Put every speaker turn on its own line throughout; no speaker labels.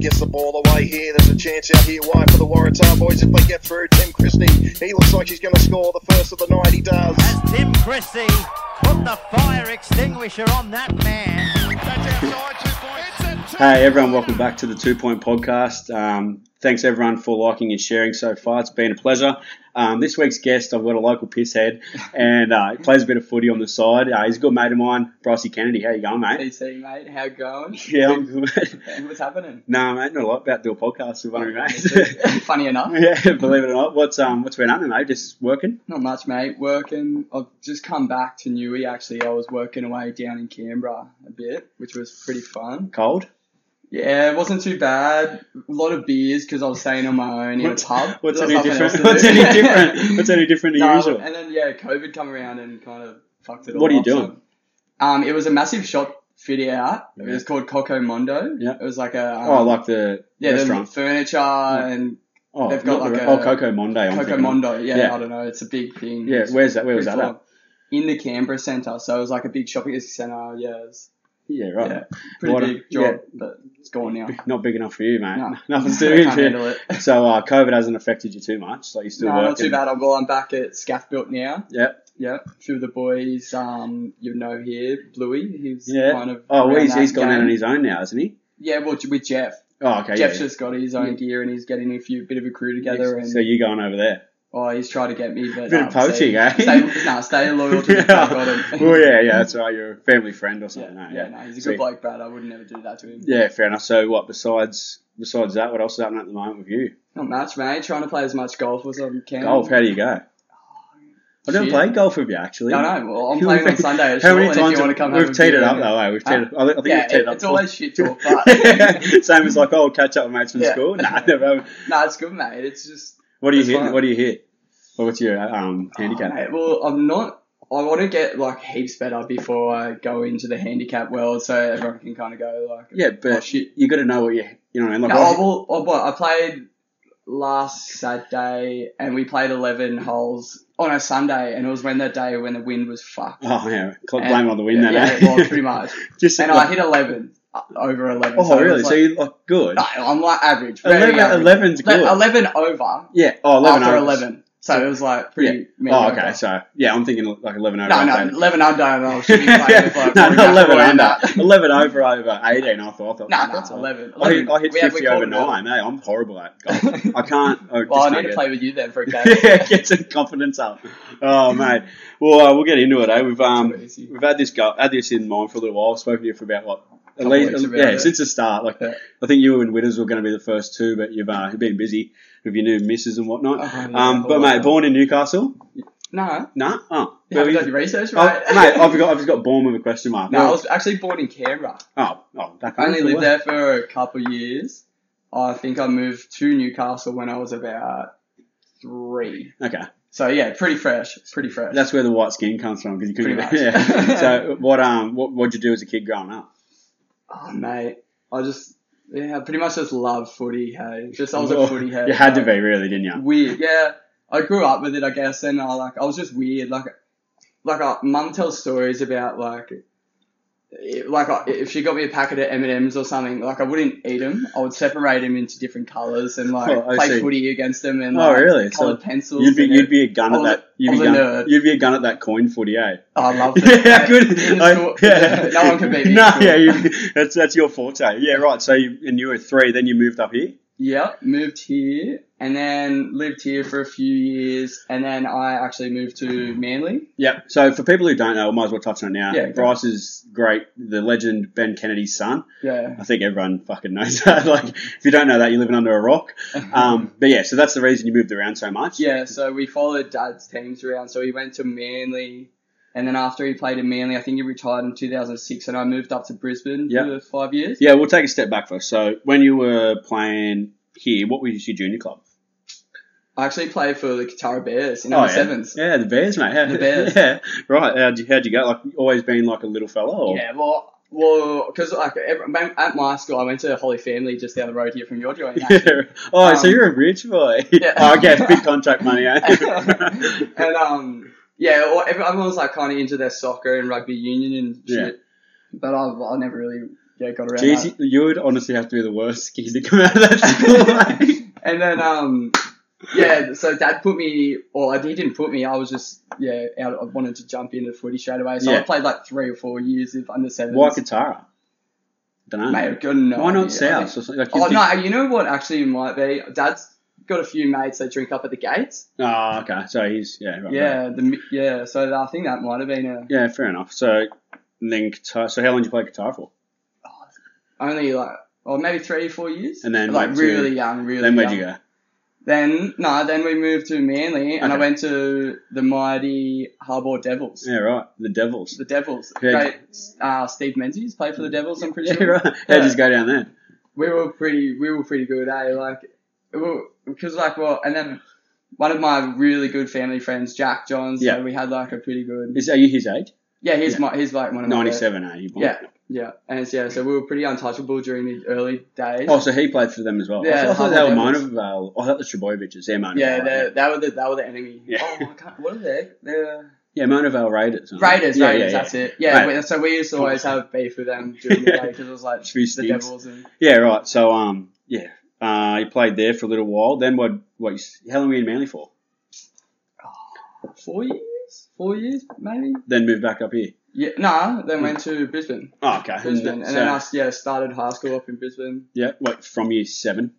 Gets the ball away here. There's a chance out here wide for the Waratah boys if they get through. Tim Christie, he looks like he's going to score the first of the night. He does.
As Tim Christie put the fire extinguisher on that man.
Hey everyone, welcome back to the Two Point Podcast. Um, thanks everyone for liking and sharing so far. It's been a pleasure. Um, this week's guest, I've got a local pisshead, and uh, he plays a bit of footy on the side. Uh, he's a good mate of mine, Brycey Kennedy. How you going, mate?
PC, mate. How going?
Yeah, I'm good.
And What's happening?
nah, mate, not a lot. About to do a podcast with one of your mates.
Funny enough,
yeah, believe it or not. What's um, what's been happening, mate? Just working.
not much, mate. Working. I've just come back to Newey. Actually, I was working away down in Canberra a bit, which was pretty fun.
Cold.
Yeah, it wasn't too bad. A lot of beers because I was staying on my own in a pub.
What's
There
any
was nothing else
different?
to
What's
do.
any different? What's any different than
No,
usual?
And then yeah, COVID come around and kind of fucked it all.
What are you
up, so-
doing?
um, it was a massive shop fit out. It
Yeah.
was called Coco Mondo.
Yeah.
It was like a um,
Oh, like the
yeah, the
restaurant.
furniture and
oh,
they've got
not the
like
re-
a-
oh, Coco Monday. I'm
Coco
thinking of.
Mondo. Yeah,
Yeah.
I don't know. It's a big thing.
Yeah,
It's
where's that? Where was
pretty
that? At?
cool. In the Canberra Centre, so it was like a big shopping centre. Yeah, it was
Yeah, right.
yeah, pretty
What a-
big job, but it's gone now.
Not big enough for you, mate.
No.
Nothing's
I
too
can't
big for you.
handle it.
So uh, COVID hasn't affected you too much. Like you still
No,
working.
not too bad. I'm, well, I'm back at Scathbuilt now.
Yep.
Yeah, few of the boys um, you know here, Bluey. He's
Yeah.
kind of
oh, well,
around
he's,
that
he's gone
game.
out on his own now, isn't he?
Yeah, well, with Jeff.
Oh, okay.
Jeff's
yeah.
just got his own gear and he's getting a few bit of a crew together and
So you're going over there.
oh, he's trying to get me. But,
Bit of
um,
poaching,
stay,
eh?
Stay, nah, stay loyal to the club, got
yeah.
him.
well, yeah, yeah, that's right. You're a family friend or
Yeah,
something. eh?
yeah, no, he's a
Sweet.
good bloke, Brad. I would never do that to him.
Yeah, fair enough. So what? Besides, besides that, what else is happening at the moment with you?
Not much, mate. Trying to play as much golf as I can.
Golf. How do you go? I never
Um, Shit.
played golf with you actually.
No, no. Well, I'm playing on Sunday. At
How many
Shortland
times
if you want to come
we've
have a
teed it
beer,
up
yeah.
though? eh? We've
Huh?
teed it. I think
Yeah,
we've teed
it,
it up.
it's always shit talk, but
Same as like, oh, we'll catch up with mates from
Yeah.
school. Nah, never.
no, it's good, mate. It's just
What do you
That's
hit?
fine.
What do you hit? Well, what's your um, handicap?
Oh, mate, well, I'm not. I want to get like heaps better before I go into the handicap world, so everyone can kind of go like,
yeah,
oh,
but
shit.
you got to know what you you know. what I mean? Like,
No,
I-
I, will, I, what, I played last Saturday and we played 11 holes on a Sunday, and it was when that day when the wind was fucked.
oh yeah, cl-
And-
blame it on the wind then.
Yeah,
eh?
well, pretty much.
Just
and I
like,
hit 11 uh, over 11.
oh
so it was
really?
Like,
so you like good?
no, I'm like average. very
11,
average.
11's good.
Le- 11 over
yeah. Oh, 11
after
overs.
11. So it was like pretty.
Oh,
mediocre.
okay. So yeah, I'm thinking like 11 over.
No,
I'd
no,
say.
11 under. and I was shooting players,
yeah.
like,
No,
we're
not
not
11
worried
under.
about-
11 over over 18. I thought. I thought
No, no,
that's all.
11.
I hit, I hit
We have- we
50 over
called it all.
nine. Hey, I'm horrible at golf. I can't. I just
Well, I need
can't
to
get-
play with you then for a game.
yeah, get some confidence up. Oh mate. Well, uh, we'll get into it. Eh? We've um,
It's easy.
we've had this go, had this in mind for a little while. I've spoken to you for about what. At
Couple
least,
weeks about
yeah,
it.
since the start. Like,
Yeah.
I think you and Witters were going to be the first two, but you've uh, been busy with your new misses and whatnot.
Oh, yeah,
um, but
all
mate,
right.
born in Newcastle?
No,
Nah. Oh,
you haven't done your research, right?
Oh, mate, I've got I've just got born with a question mark.
no, I was actually born in Canberra.
oh, oh, back
I only
home.
lived there for a couple of years. I think I moved to Newcastle when I was about three.
Okay,
So yeah, pretty fresh, pretty fresh.
that's where the white skin comes from because you couldn't.
Pretty
Get,
much.
yeah. So what um what what'd you do as a kid growing up?
oh, mate. I just yeah, pretty much just love footy. Hey, just I was a
Oh,
footy head.
You had to
like,
be really, didn't you?
weird. Yeah, I grew up with it, I guess, and I like I was just weird. Like, like uh, mum tells stories about like, it, like I, if she got me a packet of M and M's or something, like I wouldn't eat them. I would separate them into different colours and like
Oh, I
play
see.
footy against them and
Oh,
like,
really? So
coloured pencils.
You'd be
and
you'd
it-
be a gun
I
at
was
that. You'd be,
I was a
gun,
nerd.
you'd be a gun at that coin footy, eh?
Oh, I loved it.
yeah, good.
In the
I-
school-
yeah.
No one can beat me. in
No,
school.
yeah, you, that's that's your forte. Yeah, right. So you and you were three, then you moved up here.
Yeah, moved here and then lived here for a few years, and then I actually moved to Manly.
Yeah. So for people who don't know, we might as well touch on it now.
Yeah, go.
Bryce is great, the legend Ben Kennedy's son.
Yeah,
I think everyone fucking knows that. like, if you don't know that, you're living under a rock. Um, but yeah, so that's the reason you moved around so much.
Yeah, so we followed Dad's teams around. So he went to Manly, and then after he played in Manly, I think he retired in 2006, and I moved up to Brisbane
Yeah.
for five years.
Yeah, we'll take a step back first. So when you were playing here, what was your junior club?
I actually played for the Katara Bears in the
Oh, yeah.
sevens. Yeah.
Yeah, the Bears, mate. How,
The Bears.
Yeah, right. How'd you, how'd you go? Like, always been like a little fella? Or?
well. Well, because like every, when- at my school, I went to Holy Family just down the road here from your joint. actually.
Yeah. Oh, so
Um,
you're a rich boy.
Yeah.
Oh, okay, it's big contract money, eh?
and um, yeah, well, everyone was like kind of into their soccer and rugby union and shit. But I, I never really yeah, got around.
Jeez, you would honestly have to be the worst kid to come out of that school. mate.
and then um yeah so dad put me or he didn't put me i was just yeah out i wanted to jump into footy straight away so i
Yeah.
played like three or four years of under seven
Why Katara? Don't know.
mate I've got no
Why not
idea. I
South?
think-
Or something? Like,
oh
his-
no you know what actually might be dad's got a few mates that drink up at the gates
Oh, okay. So he's yeah. Right, right.
yeah the mi- yeah so i think that might have been a
Yeah. Fair enough. So and then Katara. So how long did you play Katara for?
only like or maybe three or four years
And then
like
went to-
really young really
then where'd
young.
you go?
then no then we moved to manly and i
Okay.
went to the mighty harbour devils
Yeah. Right. The Devils.
The Devils.
Yeah.
Great. Uh, Steve Menzies played for the Devils. I'm pretty
Yeah.
sure.
Right. How'd you go down there?
We were pretty. We were pretty good. Eh? Like, because like well, and then one of my really good family friends, Jack Johns.
Yeah.
So we had like a pretty good.
Is are you his age?
Yeah, he's
yeah.
my. He's like one of my.
Ninety seven. Are you? born?
Yeah. Yeah, and it's- yeah, so we were pretty untouchable during the early days.
Oh, so he played for them as well.
Yeah,
I thought they were
Harbour Devils.
Monavale. I thought the Trebojeviches. They're Monavale.
yeah,
right?
they they were the they were the enemy.
Yeah.
Oh, I can't, what are they? They're
Yeah, Monavale Raiders. aren't they?
Raiders.
Yeah,
Raiders.
yeah,
That's it. Yeah.
Right.
we- So we used to always have beef with them during the day because it was like
Few
the
stinks.
Devils and
Yeah. Right. So um. Yeah. Uh, you played there for a little while. Then what? What? you s- How long were you in Manly for?
four years, four years maybe.
Then moved back up here.
Yeah, nah, then went to Brisbane.
Oh, okay.
Brisbane. And
So-
then I yeah, started high school up in Brisbane.
Yeah, like from year seven.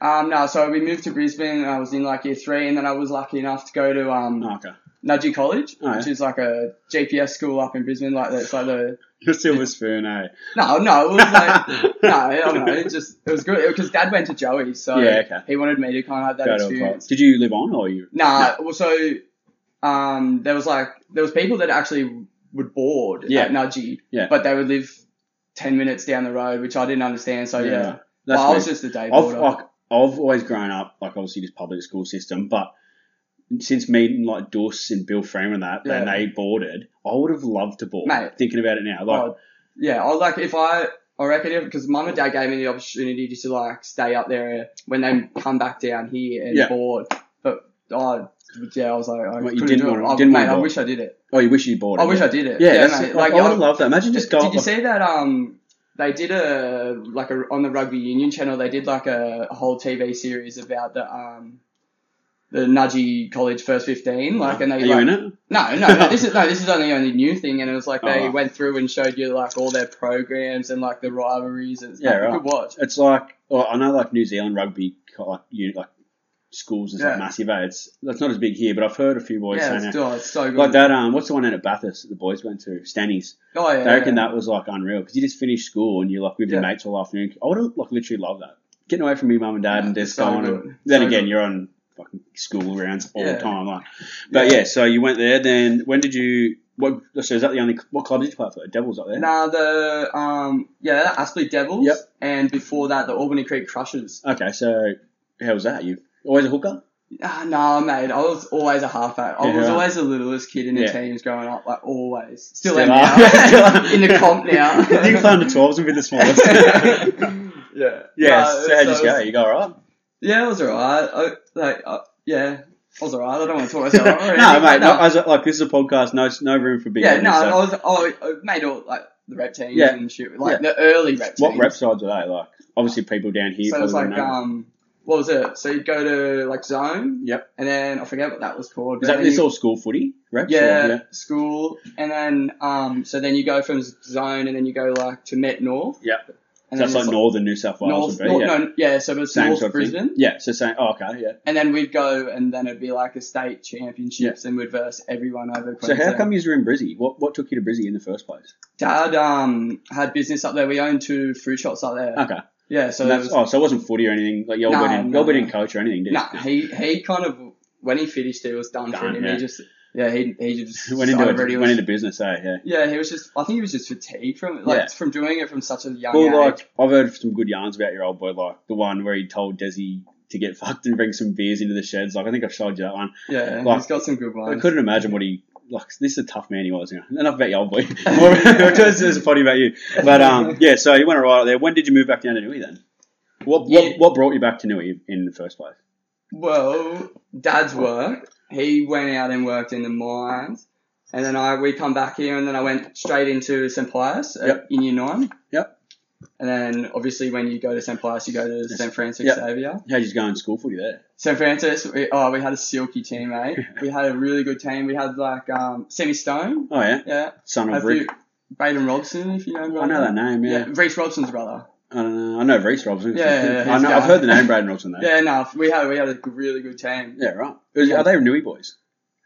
Um no, so we moved to Brisbane and I was in like year three and then I was lucky enough to go to um
Oh, okay.
Nudgee College,
Oh, yeah.
which is like a GPS school up in Brisbane, like that's like the
Your silver spoon, eh?
No, no, it was like no, I don't know, it just it was good because dad went to Joey, so
Yeah, okay.
he wanted me to kind of have that
Go to a
experience.
pub. Did you live on or you?
Nah, also um, there was like there was people that actually would board
Yeah.
at Nudgee,
Yeah.
but they would live ten minutes down the road, which I didn't understand. So Oh, yeah,
Yeah,
Well,
That's
I was
weird.
just a day
I've
boarder.
like I've always grown up like obviously this public school system, but since meeting like Dawes and Bill Freeman and that, and
Yeah.
they boarded, I would have loved to board.
Mate.
Thinking about it now, like
Oh, yeah, I like if I I reckon because mum and dad gave me the opportunity to like stay up there when they come back down here and
Yeah.
board, but I. Yeah, I was like, I
What, you
couldn't
didn't
do it.
wanna-
I,
didn't
mate,
wanna
I
board.
wish I did it.
oh, you wish you boarded.
I wish
yeah.
I did it.
Yeah, that's
mate,
it. like, I would
I-
have loved that. Imagine just
Did
go.
you
up,
see that? Um, they did a like a on the Rugby Union channel. They did like a, whole TV series about the um, the Nudgee College First Fifteen. Like, and they
Are you
like,
in it?
no, no, no, this is no, this is only only new thing. And it was like they
Oh.
went through and showed you like all their programs and like the rivalries. And
Yeah,
like,
right.
You could watch.
It's like well, I know like New Zealand rugby like you like schools is
Yeah.
like massive. eh? It's that's not as big here, but I've heard a few boys
Yeah,
saying
it's,
that.
oh, it's so good.
Like that, um, what's the one out at Bathurst that the boys went to? Stannies.
Oh yeah.
I reckon
yeah.
that was like unreal because you just finished school and you're like with your
Yeah.
mates all afternoon. I would have like literally loved that. Getting away from your mum and dad and
Yeah,
just
so
going.
good.
And, then
So
again,
good.
you're on fucking school rounds all
Yeah.
the time. Like, but yeah. so you went there. Then when did you? What? So is that the only? What club did you play for? The Devils up there.
Now the um yeah Aspley Devils
Yep.
and before that the Albany Creek Crushers.
Okay, so how was that? You always a hooker?
Ah, no, mate. I was always a halfback. I
Yeah,
was
right.
always the littlest kid in the
Yeah.
teams growing up, like always. Still,
Still
am
are. Still
now.
are.
in the comp now.
I think climbed the twelves and be the smallest.
yeah.
yeah.
No,
so how'd you
it
go?
was-
You go alright?
Yeah, it was alright. I, like, uh, yeah, I was alright. I don't want to talk myself up. or
no, mate.
anything, but
No, I was, like this is a podcast. No, no room for big.
yeah,
egos,
no,
so-
I was. I, I made all like the rep teams
Yeah.
and shit, like
Yeah.
the early rep teams.
What rep sides are they like? Obviously, people down here.
So it was
probably
like,
don't know.
um, what was it? So you'd go to like zone.
Yep.
And then I forget what that was called.
is
but
that
then
this
you-
all school footy reps? or-
yeah, school, and then um, so then you go from zone, and then you go like to Met North.
yeah. So
And
that's
then
like
it's
northern New South Wales.
North,
would be,
North-
yeah.
no, yeah. So it's
Same
North
sort of thing.
Brisbane,
Yeah. So same. Oh, okay. Yeah.
and then we'd go, and then it'd be like a state championships, and we'd verse everyone over.
So
Queensland.
how come you were in Brizzy? What what took you to Brizzy in the first place?
Dad um had business up there? We owned two fruit shops up there.
Okay.
Yeah,
So
so that
that's
was,
oh, so it wasn't footy or anything. Like y'all
No,
went in,
no,
y'all went
no.
in coach or anything, did you?
nah, he he kind of when he finished, he was done, for
Done,
him.
yeah.
He just yeah, he he just
went into
started
it,
really-
went into business. Eh? Yeah.
yeah, he was just. I think he was just fatigued from it, like
Yeah.
from doing it from such a young age.
Well, like I've heard some good yarns about your old boy, like the one where he told Desi to get fucked and bring some beers into the sheds. Like I think I've showed you that one.
Yeah,
Like,
he's got some good
I
ones.
couldn't imagine what he like. This is a tough man he was. You know. Enough about your old boy. More- there's there's a potty about you. But um, yeah. So you went right there. When did you move back down to Nui then? What what,
Yeah.
what brought you back to Nui in the first place?
Well, Dad's work. He went out and worked in the mines, And then I we come back here, and then I went straight into St. Pius uh,
Yep.
in year nine.
Yep.
And then obviously when you go to St. Pius, you go to
Yes.
St. Francis
Yep.
Xavier.
How'd you go in school footy there?
St. Francis, we, oh, we had a silky team, mate. we had a really good team. We had like um, Semi Stone,
Oh yeah,
yeah.
son
A
of Rick.
few, Braden Robson, if you know.
I know that name. Yeah,
Reese Robson's brother.
I don't know. I know Reese Robson.
Yeah, yeah, yeah,
I
he's
know, I've
going.
heard the name Braden Robson though.
Yeah, no, we had we had a g- really good team.
Yeah, right. Was- Are they Nui boys?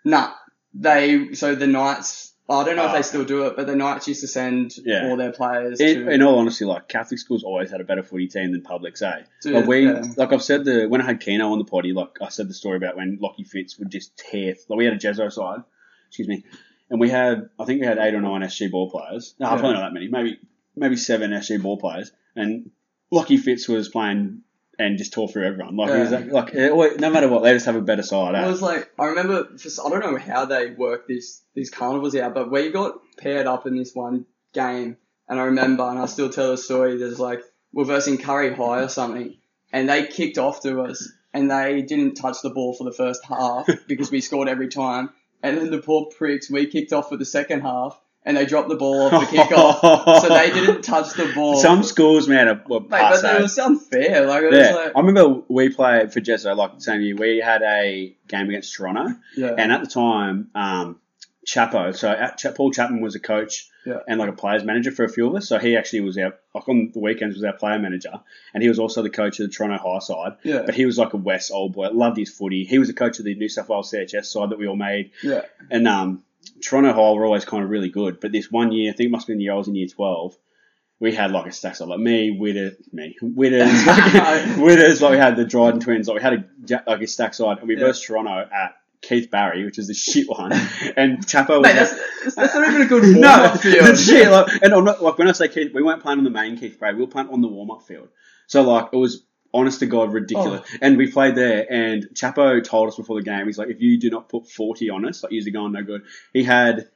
Nah, they so the Knights. I don't know if
Oh,
they still do it, but the Knights used to send
Yeah.
all their players
In,
to.
in all honesty, like Catholic schools always had a better footy team than publics, eh?
Dude,
Like we,
yeah.
like I've said the when I had Keno on the potty, like I said the story about when Lockie Fitz would just tear. Like we had a Jezzo side, excuse me, and we had I think we had eight or nine SG ball players. No,
Yeah.
probably not that many. Maybe maybe seven SG ball players, and Lockie Fitz was playing and just tore through everyone. Like it was
Yeah.
like, like it always- no matter what, they just have a better side.
It
Eh?
was like I remember. Just, I don't know how they work these these carnivals out, but we got paired up in this one game, and I remember, and I still tell the story. There's like we're versing Curry High or something, and they kicked off to us, and they didn't touch the ball for the first half because we scored every time, and then the poor pricks we kicked off for the second half, and they dropped the ball off the kickoff, so they didn't touch the ball.
Some schools, man, are, were
Mate, but
past that.
it was unfair. Like it
Yeah,
was like
I remember we played for Jesso like the same year. We had a game against Toronto,
yeah.
and at the time, um, Chapo, so at Cha- Paul Chapman was a coach
Yeah.
and like a players manager for a few of us. So he actually was our like on the weekends was our player manager, and he was also the coach of the Toronto High side.
Yeah.
But he was like a West old boy, loved his footy. He was the coach of the New South Wales CHS side that we all made
yeah.
and um, Toronto High were always kind of really good, but this one year, I think it must have been the year I was in year 12, we had like a stack of like me, Witter, me, Witters, fucking- Witters, like we had the Dryden twins, like we had a ja- like a stack side, and we
Yeah.
versed Toronto at Keith Barry, which is the shit one, and Chapo was.
Mate,
like-
that's, that's, that's not even a good warm
no,
up
the
field.
shit. Like, and I'm not like when I say Keith, we weren't playing on the main Keith Parade. We were playing on the warm up field. So like it was honest to god ridiculous.
Oh.
And we played there, and Chapo told us before the game, he's like, if you do not put 40 on us, like you're going no good. He had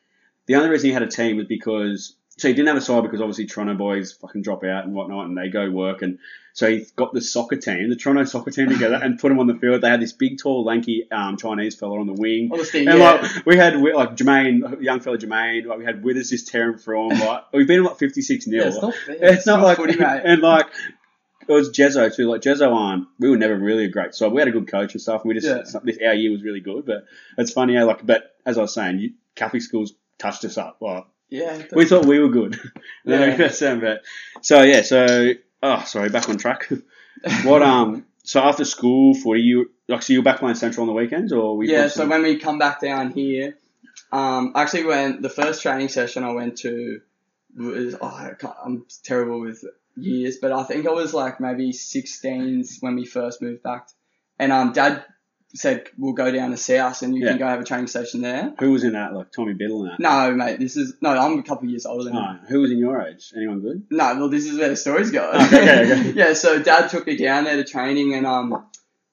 the only reason he had a team was because so he didn't have a side because obviously Toronto boys fucking drop out and whatnot, and they go work and. So he got the soccer team, the Toronto soccer team together, and put them on the field. They had this big, tall, lanky um, Chinese fella on the wing.
Honestly,
And
yeah.
like we had we- like Jermaine, young fella Jermaine, like we had Withers just tearing from. Like we beat him like fifty six 0
Yeah, it's not fair.
It's not like
footy, mate.
and like it was Jezzo too. Like Jezzo on, we were never really a great side. We had a good coach and stuff. And we just
Yeah.
some- this our year was really good, but it's funny. how, Like, but as I was saying, you, Catholic schools touched us up. Like
yeah, the-
we thought we were good.
Yeah.
That's, um, but- so yeah, so oh sorry, back on track. what um so after school footy you like so you were back playing central on the weekends or we
yeah. So when we come back down here, um, actually, when the first training session I went to was oh, I can't, I'm terrible with years, but I think I was like maybe 16 when we first moved back, and um, Dad said we'll go down to South and you
Yeah.
can go have a training session there.
who was in that like Tommy Biddle and that?
No, mate, this is no. I'm a couple of years older than you.
Oh, who was in your age? Anyone good?
No, well, this is where the stories go.
Okay, okay, okay.
yeah, so dad took me down there to training, and um,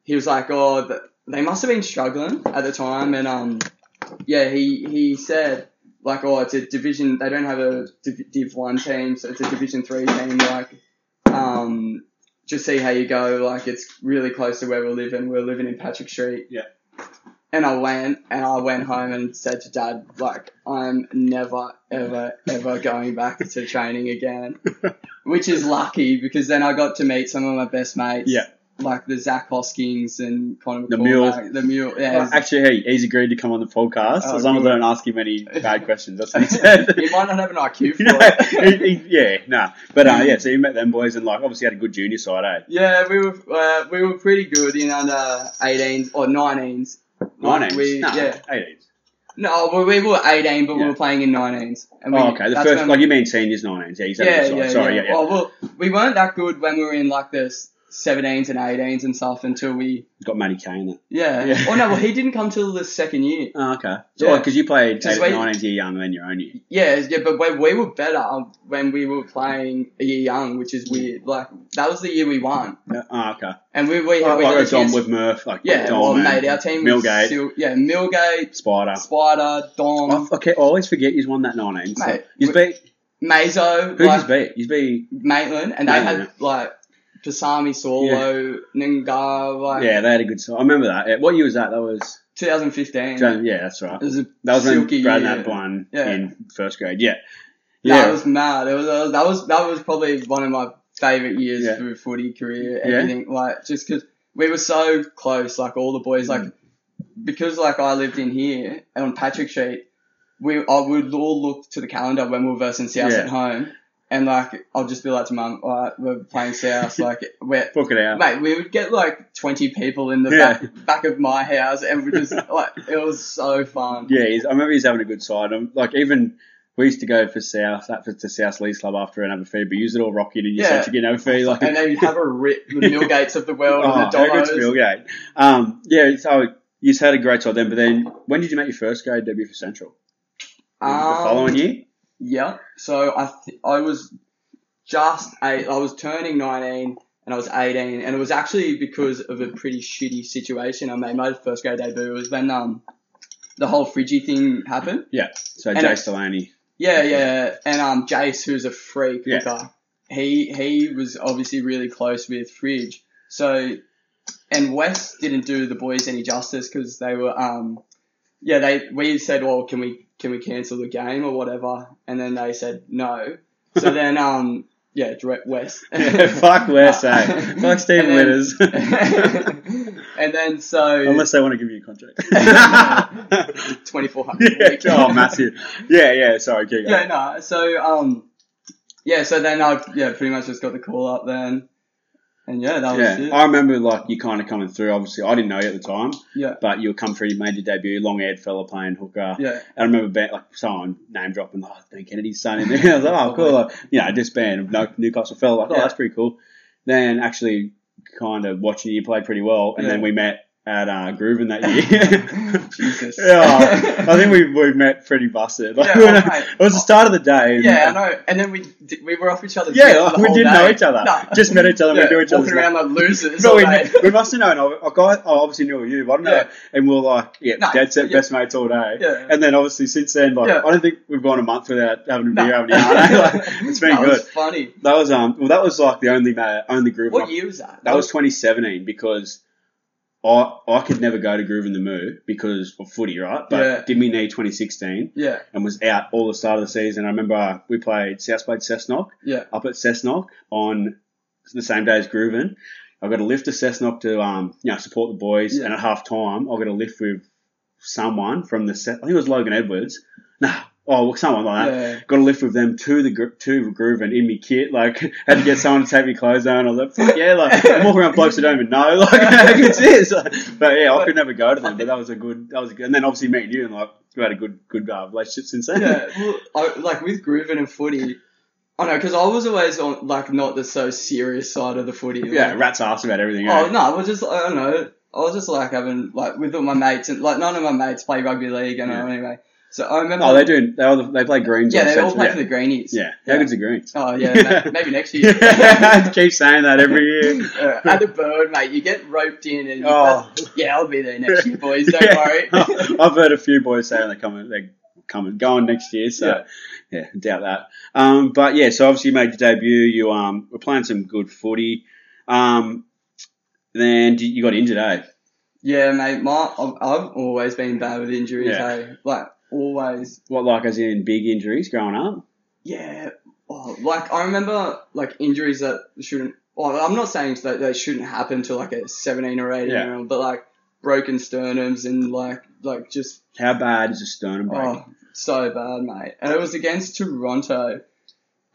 he was like, "Oh, th- they must have been struggling at the time," and um, yeah, he he said like, "Oh, it's a division. They don't have a div, div one team, so it's a division three team. Like, um, just see how you go. Like, it's really close to where we're living. We're living in Patrick Street."
Yeah.
And I went and I went home and said to dad, like, I'm never, ever, ever going back to training again which is lucky because then I got to meet some of my best mates.
Yeah.
Like the Zach Hoskins and Connor
The
McCall,
Mule.
like, The Mule, yeah.
Actually, hey, he's agreed to come on the podcast
Oh,
as long as
good.
I don't ask him any bad questions. That's what he said.
he might not have an IQ for
No,
it.
he- he- yeah, nah. But uh, yeah, so you met them boys and like obviously had a good junior side, eh?
yeah, we were uh, we were pretty good in under 18s or 19s. Like,
19s?
We,
Nah,
Yeah.
18s.
No, well, we were 18, but we
Yeah.
were playing in 19s. And we,
Oh, okay. The
that's
first,
when-
like you mean seniors, 19s. Yeah, he's had a
yeah,
good side.
yeah,
Sorry, yeah,
yeah.
yeah.
Oh, well, we weren't that good when we were in like the 17s and 18s and stuff until we.
Got Matty Kane there.
Yeah.
Yeah.
Oh no, well he didn't come till the second year.
Oh, okay.
Yeah.
So, because you played
Just
18,
wait-
19s year young and then your own year.
Yeah, yeah, but when we were better when we were playing a year young, which is weird. Like that was the year we won,
Yeah. Oh, okay.
and we we,
Like,
we
like
got a
a Dom
chance-
with Murph, like
yeah,
Dom
well,
and
mate, our team was
Millgate,
still- yeah, Millgate,
Spider.
Spider, Dom,
I, okay, I always forget he's won that 19s. So.
Mate,
He's
we-
beat
Mazo,
Who's
like,
his beat? He's beat.
Maitland, and they had
Maitland.
like Pasami, Solo, Nunga, like
Yeah, they had a good song. I remember that. Yeah, What year was that? That was
2015.
Jan- yeah, that's right.
It was a
That was when
silky
Brad
year.
Knapp won
Yeah.
in first grade. Yeah,
That
yeah,
was mad. It was, uh, that was that was probably one of my favorite years
Yeah.
for footy career.
Yeah.
Everything like just because we were so close, like all the boys, like
Mm.
because like I lived in here and on Patrick Street, we I would all look to the calendar when we were versing South
Yeah.
at home, and like I'll just be like to mum, all right, we're playing South, like we're.
book it out.
Mate, we would get like twenty people in the
Yeah.
back, back of my house, and we just like it was so fun.
Yeah, he's, I remember he's having a good side. I'm, like even we used to go for South that for to South Leeds Club after another fee, but you was it all rocky and you
Yeah.
yeah. such a no fee like
and they'd have a rip the Millgates of the world
oh,
and the
how good's
Dolos.
Millgate? Um, yeah, so you had a great side then, but then when did you make your first grade debut for Central? the
Um,
following year.
Yeah. So I th- I was just eight. I was turning nineteen, and I was eighteen, and it was actually because of a pretty shitty situation I made my first grade debut. It was when um the whole Friggy thing happened.
Yeah. So
And
Jay
it-
Stellani.
Yeah, yeah. And um Jace, who's a freak
Yeah.
hooker, he he was obviously really close with Fridge. So and West didn't do the boys any justice because they were um yeah they we said well can we can we cancel the game or whatever and then they said no. So then um yeah direct West.
Yeah, fuck West, eh? Fuck Steve
And then-
Litters.
and then so
Unless they want to give you a contract.
twenty four hundred.
yeah, oh, massive. Yeah, yeah, sorry, keep
yeah,
going.
no. So um, yeah. So then I yeah pretty much just got the call up then, and yeah, that was
Yeah,
it.
I remember like you kind of coming through. Obviously, I didn't know you at the time,
yeah,
but you come through. You made your debut, long-haired fella playing hooker.
yeah,
I remember ba- like someone name dropping, oh, Ben Kennedy's son in there. I was like, oh, cool. Like, you know, just band, no, Newcastle fell. Like, oh,
Yeah.
that's pretty cool. Then actually kind of watching you play pretty well. And then
Yeah.
we met at uh, Grooven that year.
Jesus.
yeah, I think we, we met pretty busted. Like,
Yeah,
we
well,
were-
mate.
it was the start of the day. and-
Yeah, I know. And then we di- we were off each other's
Yeah,
dick
like,
the
we
whole
didn't
day.
know each other.
No.
Just met each other.
yeah,
we knew each
walking
other's
around like losers.
no,
all
we,
day.
kn- we must have known. I, I, got, I obviously knew you, but I don't know.
Yeah.
And we are like, yeah,
No,
dead set
yeah.
best mates all day.
Yeah.
And then obviously since then, like,
Yeah.
I don't think we've gone a month without having a
No.
beer, having a yarn. eh? Like, it's been
That
good.
was funny.
That was um. Well, that was like the only ma- only groove.
What
I-
year was that?
That was 2017 because. I, I could never go to Groove in the Moo because of footy, right? But
Yeah.
did me need 2016
yeah,
and was out all the start of the season. I remember uh, we played South played Cessnock
yeah,
up at Cessnock on the same day as Groovin. I got a lift to Cessnock to um, you know support the boys,
Yeah.
and at half time I got a lift with someone from the set. I think it was Logan Edwards. Nah, oh, well, someone like that.
yeah.
Got a lift with them to the gr- to Groovin in me kit. Like had to get someone to take me clothes on. I was like, fuck yeah, like I'm walking around blokes I don't even know. Like it's this. But yeah, I could never go to them. But that was a good. That was a good. And then obviously meeting you and like we had a good good uh, relationship since then.
yeah, well, I, like with grooving and footy, I know because I was always on like not the so serious side of the footy. like,
yeah. Rats ass about everything. eh?
Oh no, I was just I don't know. I was just like having like with all my mates and like none of my mates play rugby league and
Yeah.
anyway. So I remember.
Oh, they do. They, all, they play greens.
Yeah,
on
they all
Saturday.
play for the Greenies.
Yeah, yeah. how good's the greens?
Oh yeah, ma- maybe next year.
I keep saying that every year.
Uh, at the bird, mate, you get roped in and you
Oh.
yeah, I'll be there next year, boys. Don't
Yeah.
worry.
I've heard a few boys saying they're coming. They're coming, going next year. So yeah, doubt that. Um, but yeah, so obviously you made your debut. You um were playing some good footy. Um, then d- you got injured, eh?
yeah, mate, my I've, I've always been bad with injuries.
Yeah.
eh? like always.
What like as in big injuries growing up?
Yeah, oh, like I remember, like injuries that shouldn't. Well, I'm not saying that they shouldn't happen to like a 17 or 18
Yeah.
year old, but like broken sternums and like like just
How bad is a sternum break?
oh so bad, mate. And it was against Toronto,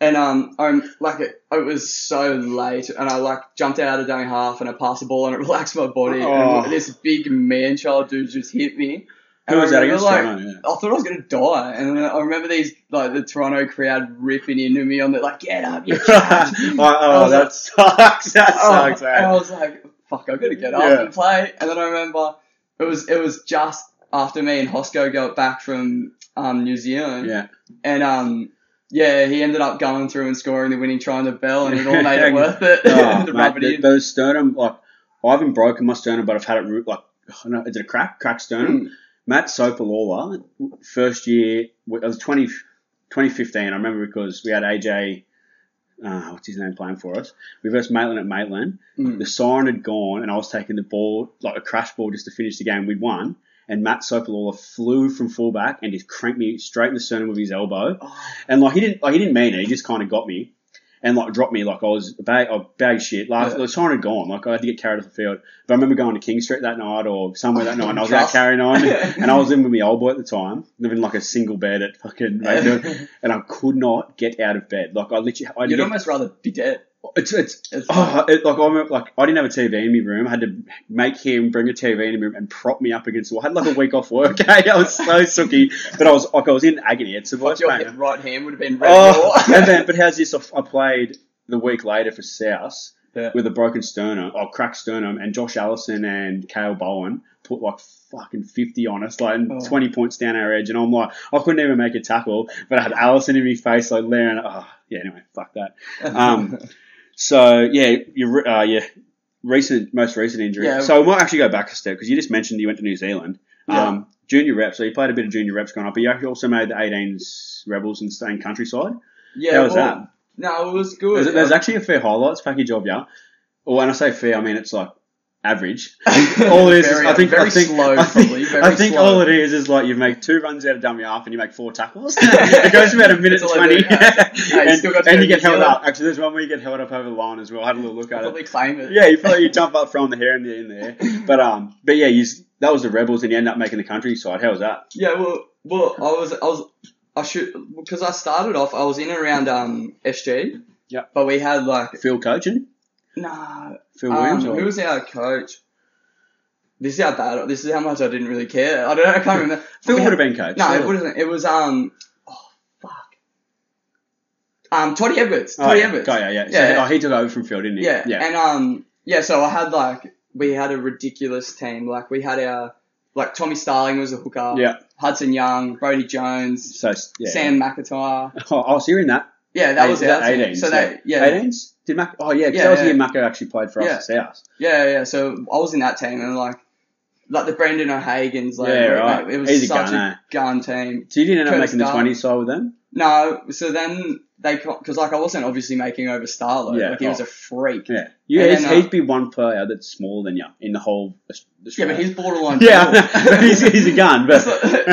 and um, I'm like it, it was so late, and I like jumped out of doing half, and I passed the ball, and it relaxed my body,
Oh.
and this big man child dude just hit me.
Who
And I
was that against?
remember, like,
Toronto, yeah.
I thought I was gonna die, and then I remember these like the Toronto crowd ripping into me on the like get up, you
oh,
cunt." I
oh,
was
that
like-
sucks. That
Oh,
sucks. eh?
and I was like, fuck, I've got to get up
Yeah.
and play. And then I remember it was it was just after me and Hosco got back from um, New Zealand,
yeah.
and um. Yeah, he ended up going through and scoring the winning try on the bell, and it all made it worth it.
Oh,
The
mate,
rubber
th-
in.
those sternum, like, I haven't broken my sternum, but I've had it root, like, I know, is it a crack? Crack sternum?
Mm.
Matt Sopalola, first year, it was 20, 2015, I remember because we had AJ, uh, what's his name, playing for us. We versed Maitland at Maitland.
Mm.
The siren had gone, and I was taking the ball, like a crash ball, just to finish the game. We'd won. and Matt Sopalola flew from fullback and just cranked me straight in the sternum with his elbow.
Oh.
And like he didn't like he didn't mean it. He just kind of got me and like dropped me like I was a bag, a bag of shit. Last
Yeah.
the sign had gone. Like I had to get carried off the field. But I remember going to King Street that night or somewhere that night. and I was out
Oh, Trust.
carrying on, and I was in with my old boy at the time, living like a single bed at fucking Mayfield, and I could not get out of bed. Like I literally, I
You'd
didn't-
almost rather be dead.
it's it's
It's
Oh, it, like I remember, like I didn't have a TV in my room. I had to make him bring a TV in my room and prop me up against the wall. I had like a week off work. eh? I was so sooky, but I was like I was in agony. It's a
Like
voice
your
pain.
hand- right hand would have been red.
Oh,
raw.
and then but how's this? I f- I played the week later for South
Yeah.
with a broken sternum, or cracked sternum, and Josh Allison and Kale Bowen put like fucking fifty on us, like and
Oh.
twenty points down our edge, and I'm like I couldn't even make a tackle, but I had Allison in my face, like laying. Oh, yeah. Anyway, fuck that. Um, so yeah, your uh, yeah, recent most recent injury.
Yeah.
So we might actually go back a step because you just mentioned you went to New Zealand.
Yeah.
Um, junior reps. So you played a bit of junior reps going up, but you actually also made the 18s Rebels and staying countryside.
yeah,
How was
well,
that?
No, it was good.
There's, there's actually a fair highlights package of you. Well, when I say fair, I mean it's like average. All it is,
Very-
is I think,
very
I think,
slow,
I think,
probably. Very
I think
slow.
all it is is like you make two runs out of dummy half and you make four tackles. it goes about a minute
That's all I
twenty,
do, yeah. Hey, you
and,
still got to
and
go
you get
New
held
Zealand.
up. Actually, there's one where you get held up over the line as well. I had a little look at it.
Probably claim it.
Yeah, you feel like you jump up from the here and the in there. But um, but yeah, you s- that was the rebels, and you end up making the countryside. How was that?
Yeah, well, well, I was, I was, I should, because I started off, I was in around um SG.
Yeah.
But we had like,
Phil coaching,
nah,
Phil Williams,
Um,
or
who was our coach? This is how bad. This is how much I didn't really care. I don't. know, I can't remember.
Phil
We
would have
had-
been coach.
No, it
surely.
wasn't. It was um. Oh fuck. Um, Toddy Edwards.
Oh,
Toddy
yeah.
Edwards.
Oh, yeah, yeah. So,
Yeah.
oh, he took over from Phil, didn't he?
Yeah.
yeah.
And um, yeah. So I had like we had a ridiculous team. Like we had our like Tommy Starling was a hooker.
Yeah.
Hudson Young, Brody Jones,
so yeah.
Sam McIntyre.
Oh, oh, so you're in that.
Yeah, that
Eight-
was our team.
18s,
So they yeah.
18s? Did Mac? Oh yeah, because
Yeah,
that was
yeah.
the year Mako actually played for us at South.
Yeah, yeah. So I was in that team, and like, like the Brendan O'Hagan's, like,
Yeah,
mate,
right.
it was
He's a
such
gunner.
a gun team.
So you didn't end up
Curtis
making the
Darling.
twenty side with them.
No, so then they because like I wasn't obviously making over Starlo.
Yeah,
like he was
oh.
a freak.
Yeah, you,
And
he's,
then, uh,
he'd be one player that's smaller than you in the whole.
Yeah, but he's borderline.
yeah,
tall.
he's, he's a gun, but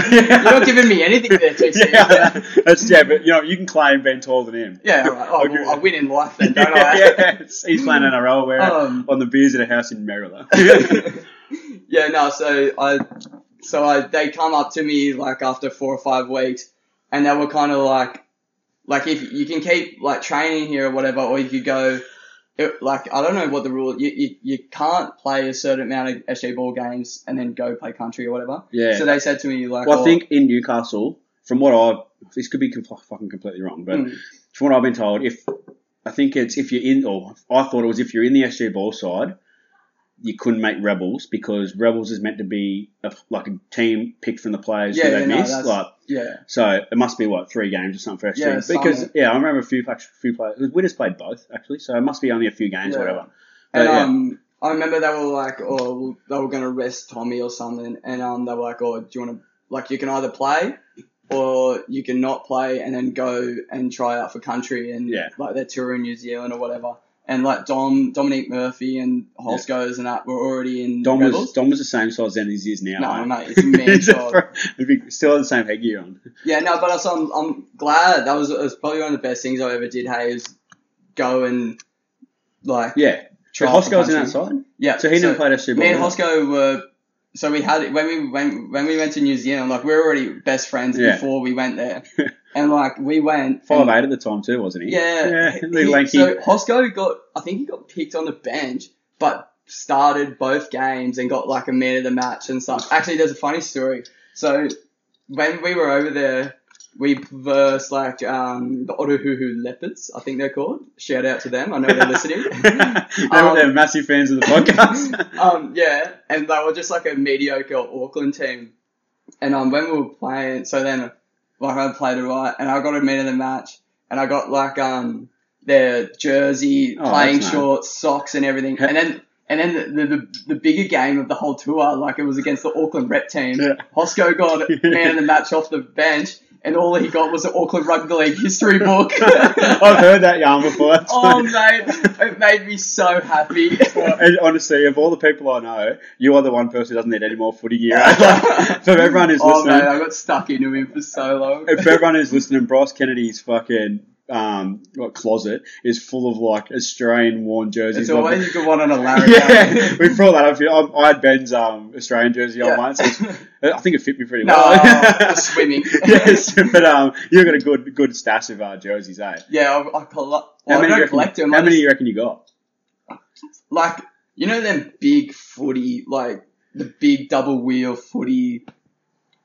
You're not giving me anything there, TC.
yeah, that's yeah, but you know you can claim being taller than him.
Yeah, all right. Oh,
Okay.
well, I win in life then, don't
yeah,
I?
yeah, it's- he's playing NRL where
Um.
on the beers at a house in Maryland.
yeah, no, so I, so I, they come up to me like after four or five weeks, and they were kind of like, like if you can keep like training here or whatever, or you could go, it, like I don't know what the rule, you, you you can't play a certain amount of SG ball games and then go play country or whatever.
Yeah.
So they said to me like,
well, I
oh,
think in Newcastle, from what I this could be com- fucking completely wrong, but
Mm.
from what I've been told, if I think it's if you're in, or I thought it was if you're in the SG ball side, you couldn't make rebels because rebels is meant to be a, like a team picked from the players
yeah,
who
yeah,
they
no,
missed.
that's-
like
yeah,
So it must be what three games or something for SG
Yeah,
because
something.
yeah, I remember a few actually, few players. We just played both actually, so it must be only a few games or
Yeah.
whatever. But,
and
yeah.
um. I remember they were like, oh, they were gonna rest Tommy or something, and um, they were like, oh, do you want to like you can either play or you can not play and then go and try out for country and
Yeah.
like their tour in New Zealand or whatever. And like Dom, Dominique Murphy and Holskos and that were already in
Dom
Rebels.
was Dom was the same size then as he is now.
No,
eh?
mate, he's a man
He's a
child.
fr- if he still had the same headgear on.
Yeah, no, but also I'm, I'm glad that was, it was probably one of the best things I ever did. Hey, is go and like
Yeah,
Try
so
out for
Hosko's in
country.
that side.
yeah.
So he never played SG
Me and
ball.
Hosco were. So we had when we when when we went to New Zealand, like we were already best friends
Yeah.
before we went there, and like we went
Five
and-
eight at the time too, wasn't he?
Yeah,
yeah,
he-
little lanky.
So Hosco got, I think he got picked on the bench, but started both games and got like a man of the match and stuff. Actually, there's a funny story. So when we were over there, we versed like um, the Otahuhu Leopards, I think they're called. Shout out to them. I know they're listening.
they were they're massive fans of the podcast.
um, yeah, and they were just like a mediocre Auckland team. And um, when we were playing, so then like I played it right, and I got a man of the match, and I got like um their jersey,
Oh,
playing
that's nice.
shorts, socks, and everything. And then and then the, the, the, the bigger game of the whole tour, like it was against the Auckland Rep team.
Yeah.
Hosco got man of the match off the bench, and all he got was an Auckland Rugby League history book.
I've heard that yarn before. That's Oh,
oh,
funny.
mate, it made me so happy.
Well, and honestly, of all the people I know, you are the one person who doesn't need any more footy gear. Like, for everyone who's
oh,
listening,
man, I got stuck into him for so long.
if everyone is listening, Bryce Kennedy's fucking um, what, closet is full of like Australian worn jerseys.
It's always a good one on a Larry.
yeah, we brought that up. here. I, I had Ben's um, Australian jersey on once. It's- Uh, I think it fit me pretty
No,
well.
swimming.
yes, but um, you got a good good stash of uh, jerseys, eh?
Yeah, I, I, coll- well,
How
I
many, do you
don't
reckon,
collect them.
how
I
many do
just-
you reckon you got?
Like, you know them big footy, like, the big double wheel footy,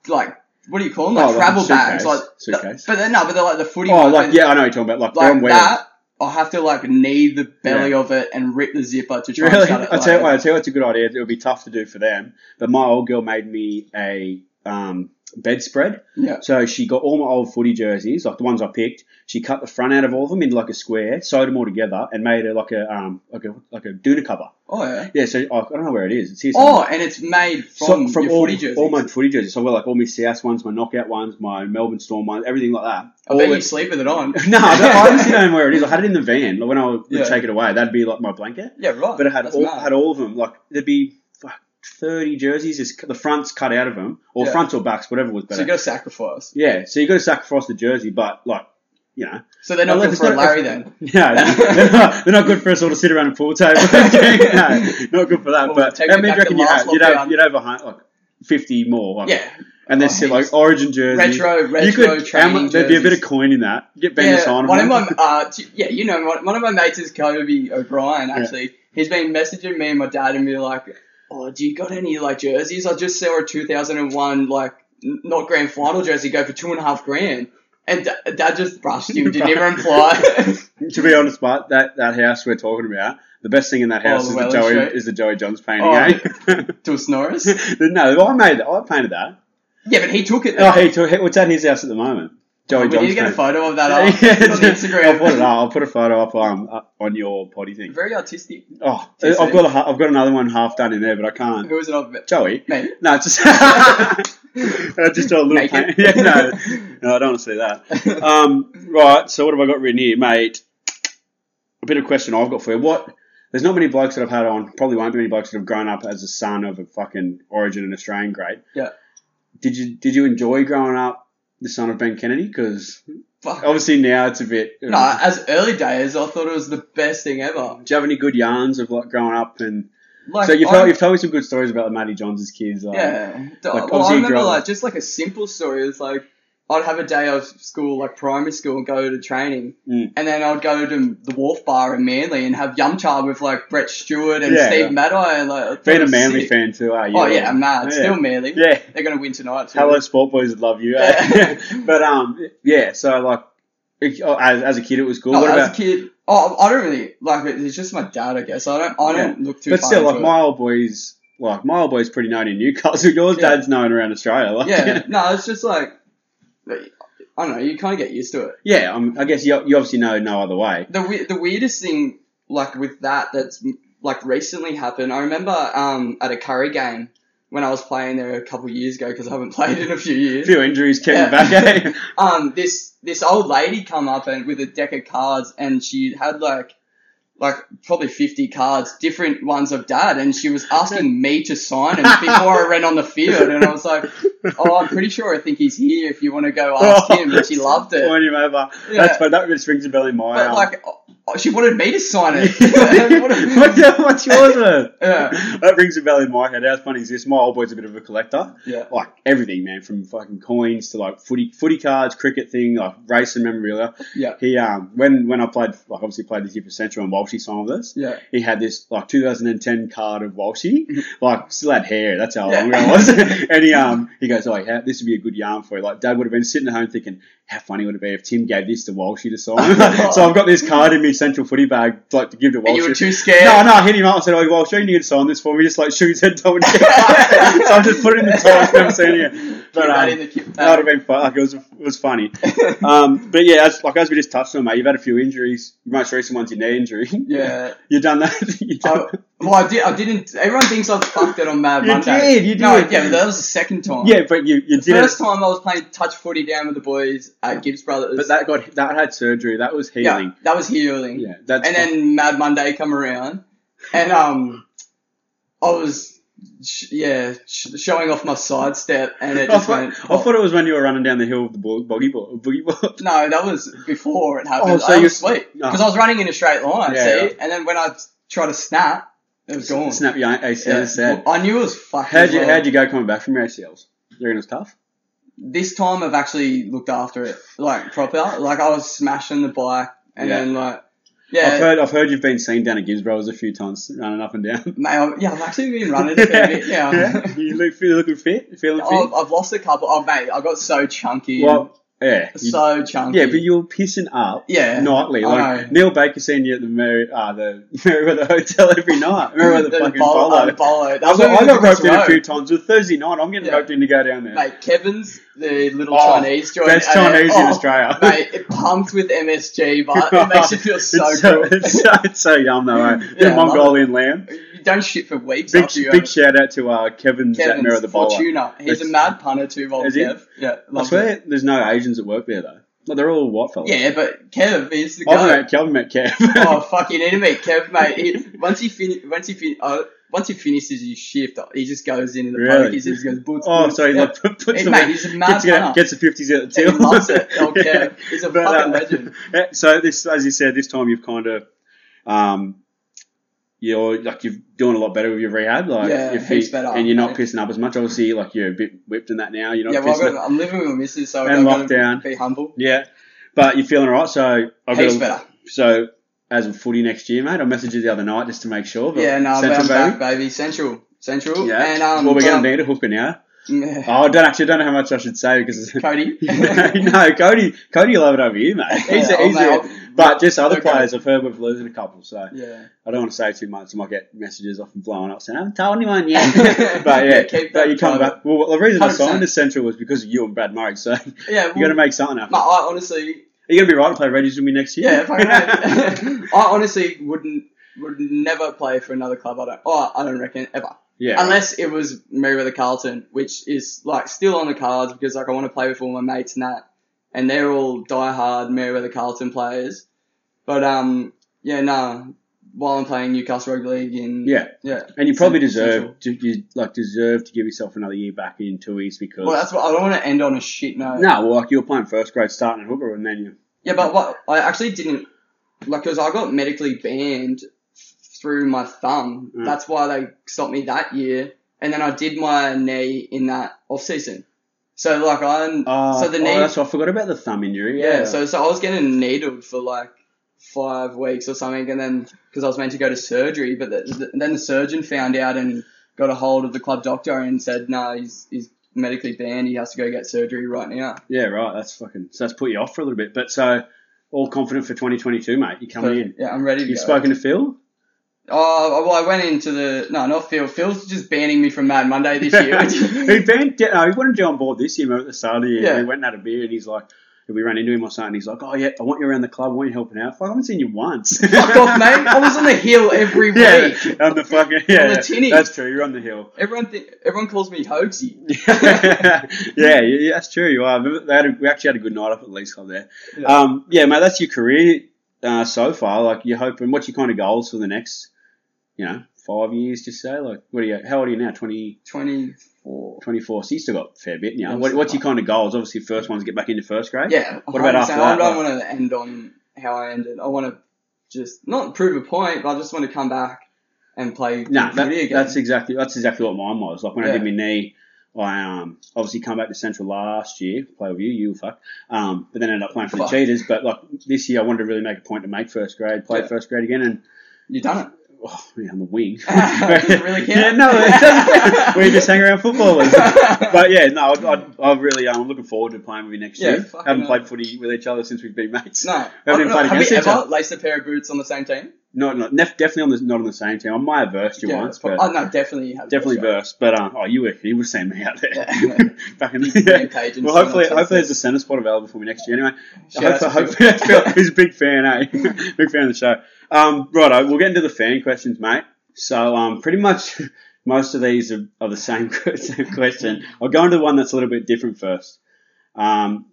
like, what do you call them? Like
Oh, like
travel
suitcase,
bags. Like,
suitcase.
But then, no, but they're like the footy
Oh,
ones,
like
and
yeah, I know what you're talking about. Like, they're on
Like
wheels.
that, I'll have to, like, knee the belly
Yeah.
of it and rip the zipper to try
Really?
and cut it.
I tell you,
like-
what, I tell you, it's a good idea. It would be tough to do for them, but my old girl made me a um, bedspread.
Yeah.
So she got all my old footy jerseys, like the ones I picked. She cut the front out of all of them into like a square, sewed them all together, and made it like a um like a like a doona cover.
Oh, yeah.
Yeah. So I, I don't know where it is. It's here.
Oh,
somewhere.
and it's made
So-
from, your
all,
footy jerseys.
all my footy jerseys. So I wear like all my CS ones, my knockout ones, my Melbourne Storm ones, everything like that.
I
All
bet you
it-
sleep with it on.
no, I don't- I honestly don't know where it is. I had it in the van. Like when I would
Yeah.
take it away, that'd be like my blanket.
Yeah, right.
But it had
That's
all,
mad.
had all of them. Like there'd be fuck, thirty jerseys. Is the fronts cut out of them, or
Yeah.
fronts or backs, whatever was
So
better.
you got to sacrifice.
yeah, so you got to sacrifice the jersey, but like you know,
So they're not
Unless it's
good for a
not-
Larry then.
yeah, they're, not, they're not good for us all to sit around a pool table. no, not good for that.
Well,
but
take
how
it
many do
back
you reckon
to
you
last
have? You'd have,
lockdown.
you'd have a hun- like fifty more. Like,
Yeah.
and they're
Oh,
still
heaps.
like origin jerseys.
Retro- retro
how
training
much- There'd be a bit
jerseys.
of coin in that. Get Ben to
Yeah,
sign
one
them.
of my uh, t- yeah, you know, one, one of my mates is Kobe O'Brien. Actually, he's been messaging me and my dad and be like, "Oh, do you got any like jerseys? I just saw a 2001 like n- not grand final jersey go for two and a half grand." And da- dad just brushed him, didn't even reply.
to be honest, but that, that house we're talking about, the best thing in that
Oh,
house is, the
Llewellyn
Joey,
Street.
is the Joey Johns painting,
Oh.
eh?
to a Norris.
no, I made I painted that.
Yeah, but he took it.
Oh, he took, it's at his house at the moment. Joey
we
Johns.
need to get a
painted.
photo of that up
Yeah,
on Instagram.
I'll put it up. I'll put a photo up um, up on your potty thing.
Very artistic.
Oh,
Too
I've
soon.
got a, ha- I've got another one half done in there, but I can't.
Who was it of?
Joey.
Me.
No, it's just Uh, just a little
Naked.
paint. Yeah, no, no, I don't want to see that. Um, right, so what have I got written here, mate? A bit of a question I've got for you. What? There's not many blokes that I've had on. Probably won't be many blokes that have grown up as a son of a fucking origin and Australian grade.
Yeah.
Did you Did you enjoy growing up the son of Ben Kennedy? Because
Fuck.
obviously now it's a bit.
No, as early days, I thought it was the best thing ever.
Do you have any good yarns of like growing up and?
Like,
so you've
I-
told, you've told me some good stories about the Matty Johns' kids. Like,
yeah.
like,
well,
obviously
I
you
remember
grow up-
like just like a simple story. It's like I'd have a day of school, like primary school, and go to training,
Mm.
and then I'd go to the Wharf Bar in Manly and have yum cha with like Brett Stewart and
Yeah,
Steve
yeah.
Maddai. And, like, I thought it
Being a
was
Manly
sick.
fan too, are you?
Oh yeah, I'm mad.
Yeah.
Still Manly.
Yeah.
They're gonna win tonight. too.
Hello, sport boys would love you.
Yeah.
but um, yeah. So like, it- oh, as, as a kid, it was cool.
No,
what
as
about?
a kid, oh, I don't really like it. It's just my dad, I guess. I don't. I don't look too.
but
far
still, like
into it.
my old boys, like my old boys, pretty known in Newcastle. Your
Yeah.
dad's known around Australia. Like,
yeah. No, it's just like I don't know. You kind of get used to it.
yeah. Um, I guess you, you obviously know no other way.
the we- the weirdest thing like with that that's like recently happened. I remember um at a curry game when I was playing there a couple of years ago because I haven't played in a few
A
years.
few injuries came
Yeah.
back. Eh?
Um, this this old lady come up and with a deck of cards and she had like. Like probably fifty cards, different ones of dad, and she was asking me to sign him before I ran on the field, and I was like, "Oh, I'm pretty sure I think he's here. If you want to go ask him," and she loved it.
Point him over.
Yeah.
Oh, That's but that just rings a bell in my.
But
um,
like, oh, oh, she wanted me to sign
what,
it. What a-
the- what's yours? man?
Yeah.
That rings a bell in my head. How funny is this? My old boy's a bit of a collector.
Yeah.
like everything, man, from fucking coins to like footy footy cards, cricket thing, like racing memorabilia.
Yeah.
He um when when I played like obviously played this year for Central and Walshy signed with us.
Yeah.
He had this like 2010 card of Walshy, like still had hair. That's how long ago
Yeah.
it was. and he um he goes, oh, yeah, this would be a good yarn for you. Like Dad would have been sitting at home thinking, how funny would it be if Tim gave this to Walshy to sign? so I've got this card in my Central footy bag, like to give to Walshy.
And you were too scared.
No, no, I hit him up and said, Oh, well, Shane, you can sign this for me. Just like shoot his head down. so I just put it in the toilet, never seen it. But
Keep that in
um,
the uh,
that
cute
would
bag.
have been fun. Like, it, was, it was funny. Um, but yeah, as, like as we just touched on, mate, you've had a few injuries. Your most recent one's your knee injury.
yeah. Oh,
you done that. you done
I, Well, I did. I didn't. Everyone thinks I fucked it on Mad
You
Monday.
did, you
No,
did.
yeah, but that was the second time.
Yeah, but you, you
The
did it.
first time I was playing touch footy down with the boys at Gibbs Brothers.
But that got that had surgery. That was
yeah,
healing.
that was healing.
Yeah, that's
and then Mad Monday come around, and um, I was sh- yeah sh- showing off my sidestep, and it
I,
just
thought,
went.
I thought it was when you were running down the hill with the bo- boogie ball. Boogie ball.
oh, No, that was before it happened.
Oh, so
I
you're-
was asleep
no.
because I was running in a straight line.
Yeah,
see,
yeah.
and then when I tried to snap, it was gone.
Snap your ACL.
Yeah.
Sad.
I knew it was uh, fucked.
How'd
as
you,
well.
how'd you go coming back from your ACLs? You reckon it was tough?
this time I've actually looked after it like proper. Like I was smashing the bike and
Yeah.
then like
I've
yeah,
heard I've heard you've been seen down at Gibbs Brothers a few times running up and down.
mate, I've, yeah, I've actually been running a fair bit. Yeah,
you look feel looking fit, feeling
I've,
fit.
I've lost a couple. Oh mate, I got so chunky,
Well, yeah, you-
oh, so chunky.
yeah, but you're pissing up
Yeah.
nightly.
I
Like
know.
Neil Baker seen you at the Mer- uh, the Merriweather Hotel every night. Merriweather
The
fucking
bol-
bolo.
uh, bolo. That
I
was
got, I
when we
got
went to
roped in a
Road.
few times. It was Thursday night. I'm getting
Yeah.
roped in to go down there.
Mate, Kevin's the little
Oh,
Chinese joint.
best
and it- oh,
Chinese in Australia.
Mate, it pumped with MSG, but it makes you feel so
it's
good.
it's, so, it's so yum though. Eh?
Yeah,
Bit of
I love
Mongolian lamb.
you don't shit for weeks
Big,
after you.
big shout out to uh, Kevin
Kevin's
Zatmer of the bowler.
Fortuna. He's
That's-
a mad punter too, Rob
Is he?
Kev. Yeah,
I
loves
swear, there's no Asians that work there though. Like, they're all white fellas.
Yeah, but Kev is the
I've
guy.
met Kev. I've met Kev.
oh fuck, you need to meet Kev, mate. He, once he fin- once he fin- uh, once he finishes his shift, he just goes into the
Really?
pokies and just goes boots.
Oh,
boots.
so he
Yeah.
like, puts
Hey,
the
mate, he's a mad
gets,
runner.
gets the fifties out the
He
tail.
loves it. Oh, Kev. He's a fucking
uh,
legend.
yeah, so this, as you said, this time you've kind of, um, you're like you're doing a lot better with your rehab, like
Yeah,
your
heaps
feet,
better,
and you're not
mate.
pissing up as much. Obviously, like you're a bit whipped in that now. You're not
Yeah, well, I've
pissing.
got,
up.
I'm living with my missus, so
And
I've got
lockdown.
to be humble.
Yeah, but you're feeling alright. So I've got
Heaps
a-
better.
So as a footy next year, mate, I messaged you the other night just to make sure. But
Yeah, no, I'm
Central,
back, baby. Central, central,
Yeah.
and um,
well, we're going to
but,
need a hooker now.
um,
Oh, I don't actually don't know how much I should say because it's,
Cody.
no, Cody, Cody will have it over you, mate. He's,
Yeah, oh,
he's
mate,
a-
I'll-
but just other
Okay.
players, I've heard we've losing a couple, so
yeah.
I don't want to say too much. I might get messages off and blowing up saying, I haven't told anyone yet. but yeah,
Keep
but
that
you come
private.
back. Well, the reason I signed
100%.
to Central was because of you and Brad Murray, so
Yeah, well,
you got to make something happen.
mate, I honestly,
Are you going to be right to play Reggies with me next
Yeah,
year?
if I, had- I honestly wouldn't would never play for another club. I don't. Oh, I don't reckon ever.
yeah.
Unless it was Merriweather Carlton, which is like still on the cards because like I want to play with all my mates and that, and they're all diehard Merriweather Carlton players. But um, yeah, nah. While I'm playing Newcastle Rugby League in
Yeah.
yeah,
And you probably
Central.
deserve to, you, like deserve to give yourself another year back in two weeks because
Well, that's what I don't want to end on a shit note.
no, well, like you were playing first grade starting at hooker and then you
Yeah, but what I actually didn't like because I got medically banned through my thumb.
Mm.
That's why they stopped me that year, and then I did my knee in that off season. So like I'm
oh,
so the
oh,
knee
that's, I forgot about the thumb injury.
yeah. So so I was getting needled for like five weeks or something, and then because I was meant to go to surgery, but the, then the surgeon found out and got a hold of the club doctor and said no, he's he's medically banned. He has to go get surgery right now.
Yeah, right. That's fucking. So that's put you off for a little bit. But so, all confident for 2022, mate. You're coming in.
Yeah, I'm ready. To
You've
go.
spoken to Phil.
Oh, well, I went into the no, not Phil. Phil's just banning me from Mad Monday this year.
he banned. No, he wanted you on board this year. Remember at the start of the year,
Yeah.
we went and had a beer, and he's like, and we ran into him or something. He's like, oh yeah, I want you around the club. I want you helping out. Fuck, I haven't seen you once.
Fuck off, mate! I was on the hill every
yeah,
week.
on the fucking yeah.
the tinny.
That's true. You're on the hill.
Everyone, th- everyone calls me hoaxy.
yeah, yeah, yeah, that's true. You are. Remember, they had a, we actually had a good night up at Leeds Club there.
Yeah.
Um, yeah, mate, that's your career uh, so far. Like, you're hoping. What's your kind of goals for the next, you know, five years? Just say, like, what are you? How old are you now? 20,
Twenty four.
24. So you still got a fair bit now.
I'm
What,
still
what's your
fine.
kind of goals? Obviously, first one's get back into first grade.
Yeah.
What about
100%.
after that,
I don't
like-
want to end on how I ended. I want to just not prove a point, but I just want to come back and play
No, that,
footy again.
that's exactly that's exactly what mine was. Like when I
Yeah.
did my knee, I um, obviously come back to Central last year, play with you, you fuck. Um, but then ended up playing for
Fuck.
the Cheaters. But like this year, I wanted to really make a point to make first grade, play
Yeah.
first grade again, and
You done it.
oh, yeah, on the wing.
Doesn't really count.
Yeah, no, it doesn't. we just hang around footballers. but yeah, no, I, I, I really um, I'm looking forward to playing with you next
Yeah,
year.
fucking
Haven't
hell.
played footy with each other since we've been mates.
No.
been fighting
I- have we
against each
ever
other.
laced a pair of boots on the same team?
No, no, def- definitely on the, not on the same team. I might have versed you once,
pro-
but
oh, no, definitely. you have.
Definitely
That's right.
verse, but um, oh, you were you would have seen me out there.
Yeah.
Back in
Big
the,
rampage and
Well,
so
hopefully, hopefully
much effort.
there's a centre spot available for me next year. Anyway,
Shout out
hopefully,
to
hopefully Phil, he's a big fan, eh? big fan of the show. Um, righto, we'll get into the fan questions, mate. So um, pretty much most of these are, are the same, same question. I'll go into the one that's a little bit different first. Um,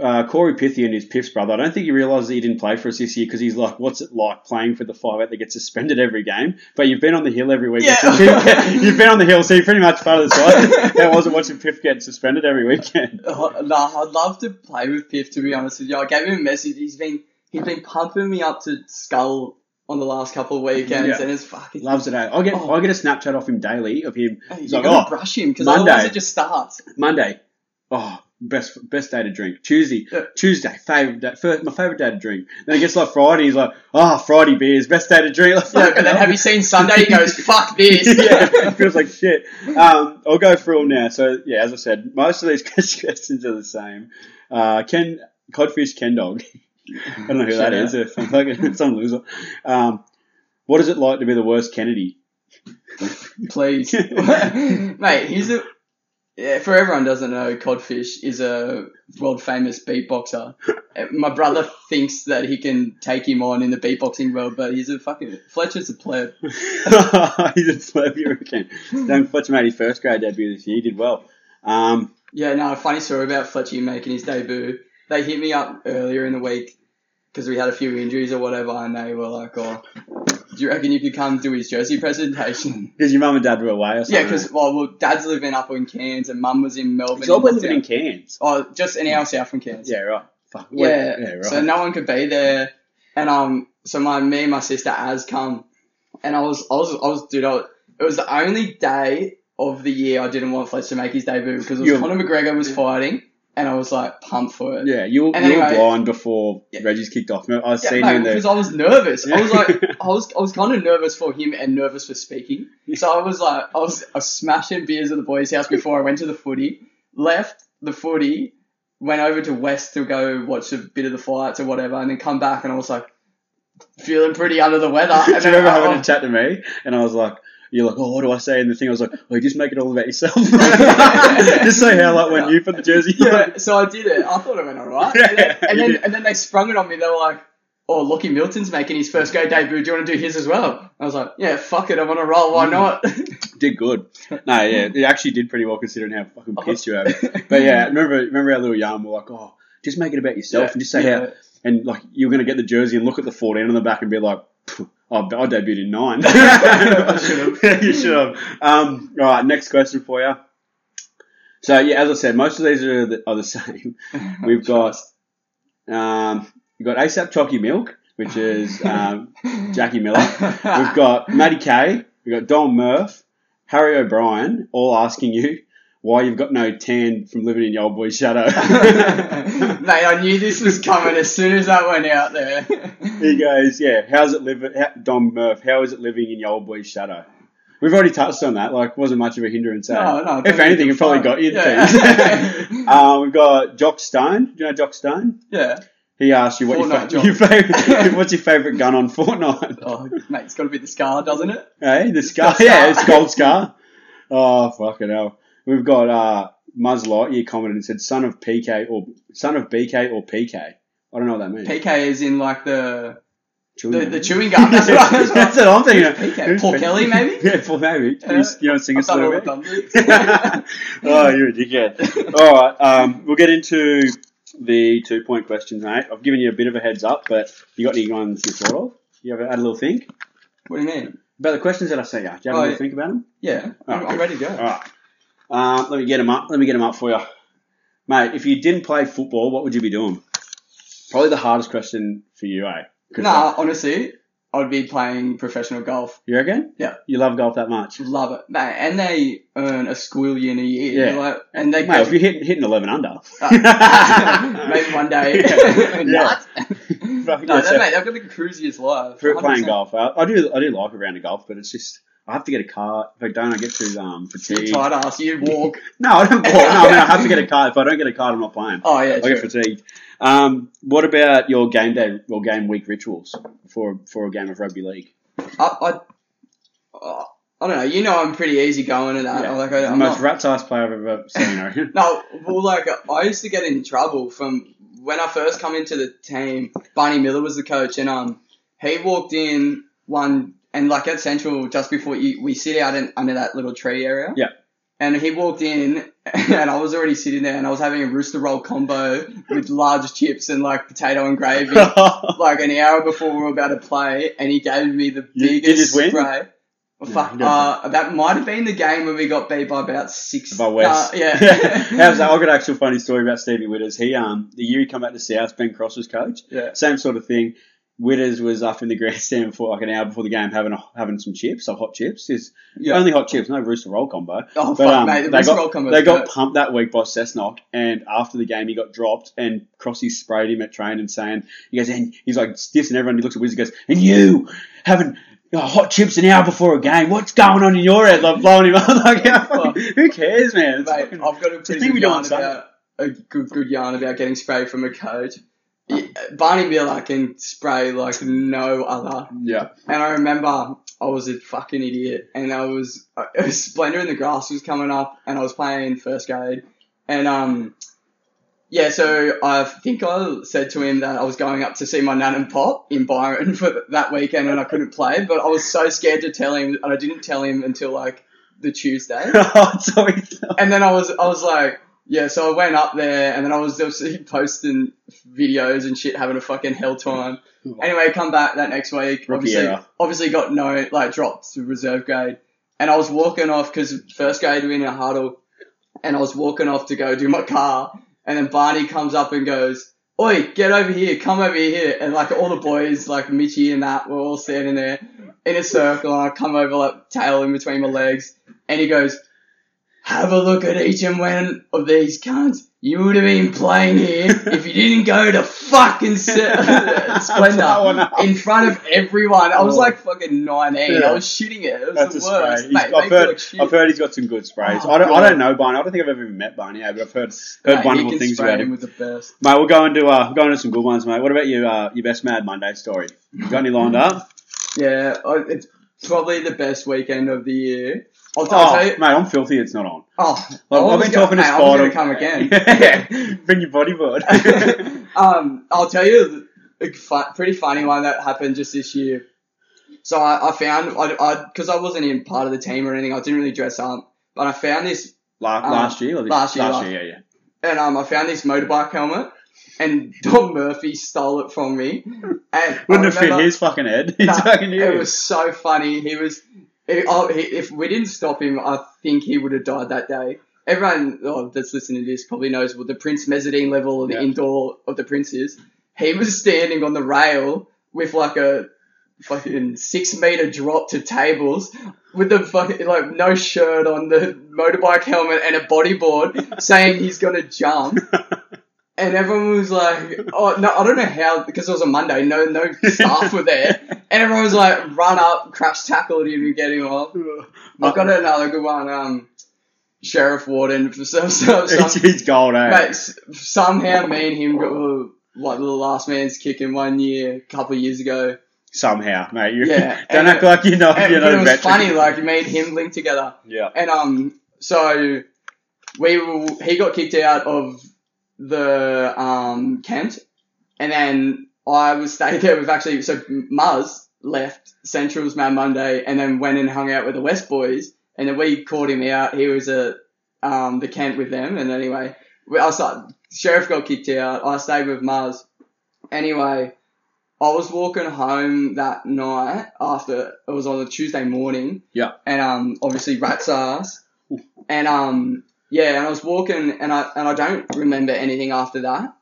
uh, Corey Pythian is Piff's brother. I don't think he realises he didn't play for us this year because he's like, what's it like playing for the five that gets suspended every game? But you've been on the hill every week.
Yeah.
you've been on the hill, so you're pretty much part of the side. that wasn't watching Piff get suspended every weekend.
Oh, Nah, I'd love to play with Piff. To be honest with you, I gave him a message. He's been he's been pumping me up to skull on the last couple of weekends,
Yeah.
and it's fucking.
Loves it. eh? I get I get a Snapchat off him daily of him.
Hey,
He's
you
like,
gotta
oh,
brush him because
Monday.
otherwise it just starts.
Monday, oh, best best day to drink. Tuesday,
Yeah.
Tuesday, favorite day, first, my favorite day to drink. Then it gets like Friday, he's like, oh, Friday beers, best day to drink. Like,
Yeah, but then have you seen Sunday? He goes, "Fuck this."
yeah, it feels like shit. Um, I'll go through them now. So yeah, as I said, most of these questions are the same. Uh, Ken Codfish Ken Dog. I don't know who
Shout
that is. Some, fucking, some loser. Um, what is it like to be the worst Kennedy?
please, mate. He's a yeah, for everyone who doesn't know, Codfish is a world famous beatboxer. Uh, My brother thinks that he can take him on in the beatboxing world, but he's a fucking Fletcher's a pleb.
He's a flab hurricane. Young Fletcher made his first grade debut this year. He did well. Um,
Yeah, no, funny story about Fletcher making his debut. They hit me up earlier in the week because we had a few injuries or whatever, and they were like, oh, do you reckon you could come do his jersey presentation?
Because your mum and dad were away or something.
yeah, because, well, well, dad's living up in Cairns and mum was in Melbourne.
Because I was
lockdown.
living in Cairns.
Oh, just an hour south from Cairns.
Yeah, right. Fuck. wait,
Yeah,
yeah, right.
so no one could be there, and um, so my me and my sister has come, and I was I was I was dude, I was, it was the only day of the year I didn't want Fletcher to make his debut because it was
You-
Conor McGregor was fighting, and I was like pumped for it.
yeah, you, were-
And
you were
anyway-
blind before
Yeah.
Reggie's kicked off. I was
Yeah,
seeing
mate,
you in the
because I was nervous. I was
Yeah.
like, I was, I was kind of nervous for him and nervous for speaking. So I was like, I was, I was smashing beers at the boys' house before I went to the footy. Left the footy, went over to West to go watch a bit of the fights or whatever, and then come back and I was like, feeling pretty under the weather.
Do you
And then
remember
I-
having
I-
a chat to me? And I was like, you're like, oh, what do I say in the thing? I was like, well, you just make it all about yourself. just say how like when you put the jersey. on.
Yeah, so I did it. I thought it went alright.
Yeah,
and, then,
you
and, then,
did.
and then they sprung it on me. They were like, "Oh, Lockie Milton's making his first go debut. Do you want to do his as well?" I was like, "Yeah, fuck it. I'm on a roll.
Mm.
Why not?"
Did good. No, yeah, it actually did pretty well considering how
Oh.
fucking pissed you are. But yeah, remember, remember our little yarn? We're like, oh, just make it about yourself
Yeah,
and just say
yeah.
how, and like you're gonna get the jersey and look at the 14 on the back and be like, "Phew, I, I debuted in nine.
I should've.
Yeah, you should have. Um, all right, next question for you. So yeah, as I said, most of these are the, are the same. We've got um, we've got ASAP Chalky Milk, which is um, Jackie Miller. We've got Matty Kay. We've got Don Murph, Harry O'Brien, all asking you why you've got no tan from living in your old boy's shadow.
Mate, I knew this was coming as soon as that went out there.
he goes, yeah. How's it living, how, Don Murph? How is it living in your old boy's shadow? We've already touched on that. Like, wasn't much of a hindrance. eh?
No, no,
If anything, it probably got you.
Yeah.
things. um, we've got Jock Stone. Do you know Jock Stone?
yeah.
He asked you what your,
Fortnite
fa-
Jock.
your favorite, what's your favorite gun on Fortnite?
Oh, mate, it's got to be the scar, doesn't it?
Hey, the scar.
scar.
Yeah, it's gold scar. Oh, fucking hell. We've got uh, Muzz Lightyear commented and said, son of PK or son of BK or PK. I don't know what that means.
PK is in like the
Chewing
the,
gum.
the chewing gum. That's what I was
That's what I'm thinking.
Who's PK?
Who's
Paul
PK?
Kelly, maybe? Uh,
yeah, Paul maybe. Can
Yeah.
you, s- you don't sing
I've
us a
done all
little
the
bit?
dumb things.
oh, you're a dickhead. All right, um, we'll get into the two point questions, mate. I've given you a bit of a heads up, but you got any ones you thought of? You have had a little think
What do you mean?
about the questions that I sent you. Do you have a
Oh,
little
yeah.
think about them?
Yeah, I'm,
Oh,
I'm
good.
ready to go.
All right. Um, let me get him up. Let me get him up for you, mate. If you didn't play football, what would you be doing? Probably the hardest question for you, eh? 'Cause,
Nah,
like,
honestly, I'd be playing professional golf.
you reckon?
Yeah.
You love golf that much,
Love it, mate. And they earn a squillion a year.
Yeah.
Like, and they
mate. If you're hitting hitting eleven under,
Uh, maybe one day.
Yeah. Yeah.
Nuts. no,
yeah,
that,
so-
mate, that could be the cruisiest life.
for playing
100%.
golf, I, I do I do like a round of golf, but it's just. I have to get a car. If I don't, I get too um,
You're
fatigued.
tired ass, you walk.
No, I don't. Well, no, I mean I have to get a card. If I don't get a card, I'm not playing.
Oh yeah,
I get
true.
fatigued. Um, what about your game day or game week rituals for for a game of rugby league?
I, I, oh, I don't know. You know, I'm pretty easy going and that.
Yeah.
Like, I,
the
I'm
most
not,
rat's ass player I've ever seen. I reckon.
no, well, like I used to get in trouble from when I first come into the team. Barney Miller was the coach, and um, he walked in one and like at Central, just before you, we sit out in, under that little tree area.
Yeah.
And he walked in, and I was already sitting there, and I was having a rooster roll combo with large chips and like potato and gravy, like an hour before we were about to play, and he gave me the
You- you
biggest
just win?
spray.
No,
Well, fuck,
you don't
uh, that might have been the game where we got beat by about six.
By West.
Uh, yeah.
How's that? I've got an actual funny story about Stevie Witters. He um the year he come out to South, Ben Cross was coach.
Yeah.
Same sort of thing. Witters was up in the grandstand for like an hour before the game having a, having some chips, so hot chips. Is
Yeah.
only hot chips, no rooster roll combo.
oh,
But
fuck,
um,
mate. The
they
rooster
got
roll combo.
they got pumped that week by Cessnock, and after the game he got dropped, and Crossy sprayed him at train and saying he goes and he's like stiffs and everyone he looks at Wizard goes and you having you know, hot chips an hour before a game, what's going on in your head? Like blowing him up, like how fucking- who cares, man? It's
Mate,
fucking-
I've got a
thing
pretty good
we do on
yarn
Sunday.
about a good, good yarn about getting sprayed from a coach. Yeah, Barney Miller can spray like no other.
yeah,
And I remember I was a fucking idiot, and I was, uh, it was Splendor in the Grass was coming up, and I was playing first grade, and um, yeah. So I think I said to him that I was going up to see my nan and pop in Byron for th- that weekend, and I couldn't play, but I was so scared to tell him, and I didn't tell him until like the Tuesday
Sorry.
and then I was I was like, yeah. So I went up there, and then I was obviously posting videos and shit, having a fucking hell time. Anyway, come back that next week.
Rookie
Obviously,
era.
obviously got no like dropped to reserve grade, and I was walking off because first grade we were in a huddle, and I was walking off to go do my car, and then Barney comes up and goes. Oi, get over here, come over here. And like all the boys, like Mitchy and that, were all standing there in a circle. And I come over, like tail in between my legs. And he goes, have a look at each and one of these cunts. You would have been playing here if you didn't go to fucking Se-
Blow one
Splendor
up.
in front of everyone. I was
Oh.
like fucking 19.
Yeah.
I was shooting it. It was
That's
the
a spray.
worst.
He's-
Mate,
I've,
made me
heard,
look shit.
I've heard he's got some good sprays.
Oh,
I, don't, I
God.
don't know Barney. I don't think I've ever even met Barney, yeah, but I've heard, heard
Mate,
wonderful
he can
things
spray
about him.
him with the best.
Mate, we'll go into uh, we'll go into some good ones, mate. What about you? Uh, your best Mad Monday story? You got any lined up?
Yeah, I- it's probably the best weekend of the year. I'll, t- I'll
Oh,
tell
mate,
you.
I'm filthy. It's not on.
Oh, I
Well, I've
was
been
gonna-
talking to
mate, I
Spot.
was gonna come again.
Yeah, bring your bodyboard.
um, I'll tell you a fu- pretty funny one that happened just this year. So I, I found, I because I, wasn't in part of the team or anything, I didn't really dress up, but I found this,
La-
Um,
last year, or this-
last year, last-
year, yeah, yeah.
and um, I found this motorbike helmet, and Don Murphy stole it from me. And I
Wouldn't have fit
remember-
his fucking head. He's
Nah,
fucking
It
huge.
was so funny. He was. It, oh, he, if we didn't stop him, I think he would have died that day. Everyone oh, that's listening to this probably knows what the Prince mezzanine level of the
Yeah.
indoor of the Prince is. He was standing on the rail with like a fucking six meter drop to tables with the fucking like no shirt on the motorbike helmet and a bodyboard saying he's gonna jump. And everyone was like, "Oh no, I don't know how," because it was a Monday. No, no staff were there, and everyone was like, "Run up, crash tackled him, and get him off." I've got another good one. Um, Sheriff Warden. For some, some, some,
He's- he's gold, eh?
mate, s- somehow me and him got uh, like the last man's kick in one year, a couple of years ago.
Somehow, mate. You
Yeah,
don't
and-
act like you know.
And,
you know
but it was
veteran.
funny, like me and him linked together.
yeah.
And um, so we were, he got kicked out of the um Kent, and then I was staying there with actually so Muzz left Central's Man Monday, and then went and hung out with the West boys, and then we caught him out. He was at um the Kent with them, and anyway, we, I started, Sheriff got kicked out. I stayed with Muzz. Anyway. I was walking home that night after it was on a Tuesday morning, and um obviously rat's ass and um yeah and I was walking and I and I don't remember anything after that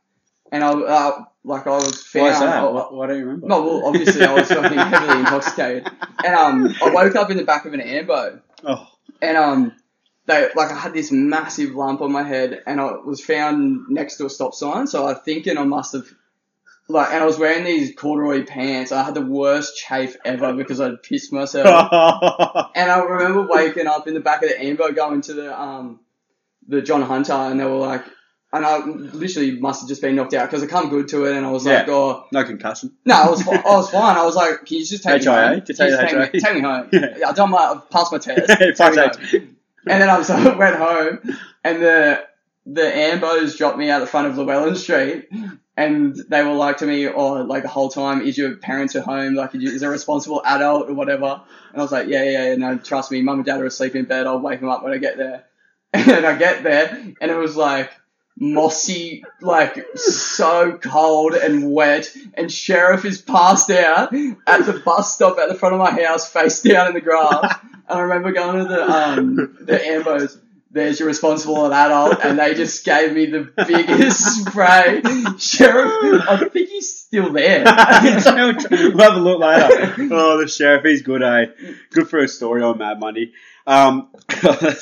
and I uh, like I was found
Why is that?
I-
Why, why don't you remember?
no, well, obviously I was fucking heavily intoxicated, and um, I woke up in the back of an ambo,
Oh,
and um, they like I had this massive lump on my head, and I was found next to a stop sign. So I thinking I must have like, and I was wearing these corduroy pants. I had the worst chafe ever because I'd pissed myself. And I remember waking up in the back of the Ambo going to the um the John Hunter, and they were like, and I literally must have just been knocked out because I come good to it, and I was like,
Yeah.
oh
no concussion.
no, I was fi- I was fine. I was like, can you just take
HIA?
me home?
Just
Can
take
you
the
take me, take me home.
Yeah.
Yeah, I've done my I've passed my test. Take
Fuck
me
that.
home. And then I was, I went home, and the the Ambos dropped me out the front of Llewellyn Street, and they were like to me, oh, like the whole time, is your parents at home? Like, is you- is a responsible adult or whatever? And I was like, yeah, yeah, yeah, no, trust me, mum and dad are asleep in bed. I'll wake them up when I get there. And I get there, and it was like mossy, like so cold and wet. And sheriff is passed out at the bus stop at the front of my house, face down in the grass. And I remember going to the um, the Ambos there's your responsible and adult, and they just gave me the biggest spray. Sheriff, I think he's still there.
we'll have a look later. Oh, the sheriff, he's good, eh? Good for a story on Mad Monday. Um, what,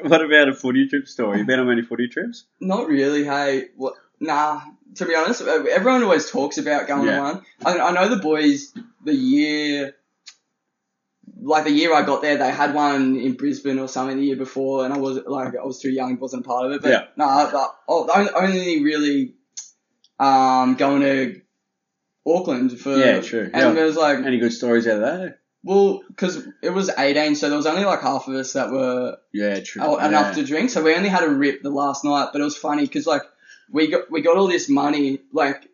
what about a footy trip story? You been on many footy trips?
Not really, hey. What, nah, to be honest, uh, everyone always talks about going
Yeah.
on one. I, I know the boys, the year, like the year I got there, they had one in Brisbane or something the year before, and I was like, I was too young, wasn't a part of it. But
Yeah.
nah, I, I, oh, the on- only really um, going to Auckland for.
Yeah, true,
And
yeah.
it was like,
Any good stories out of that?
Well, because it was 18, so there was only like half of us that were
Yeah, true.
out- enough
yeah.
to drink. So we only had a rip the last night, but it was funny because like we got we got all this money like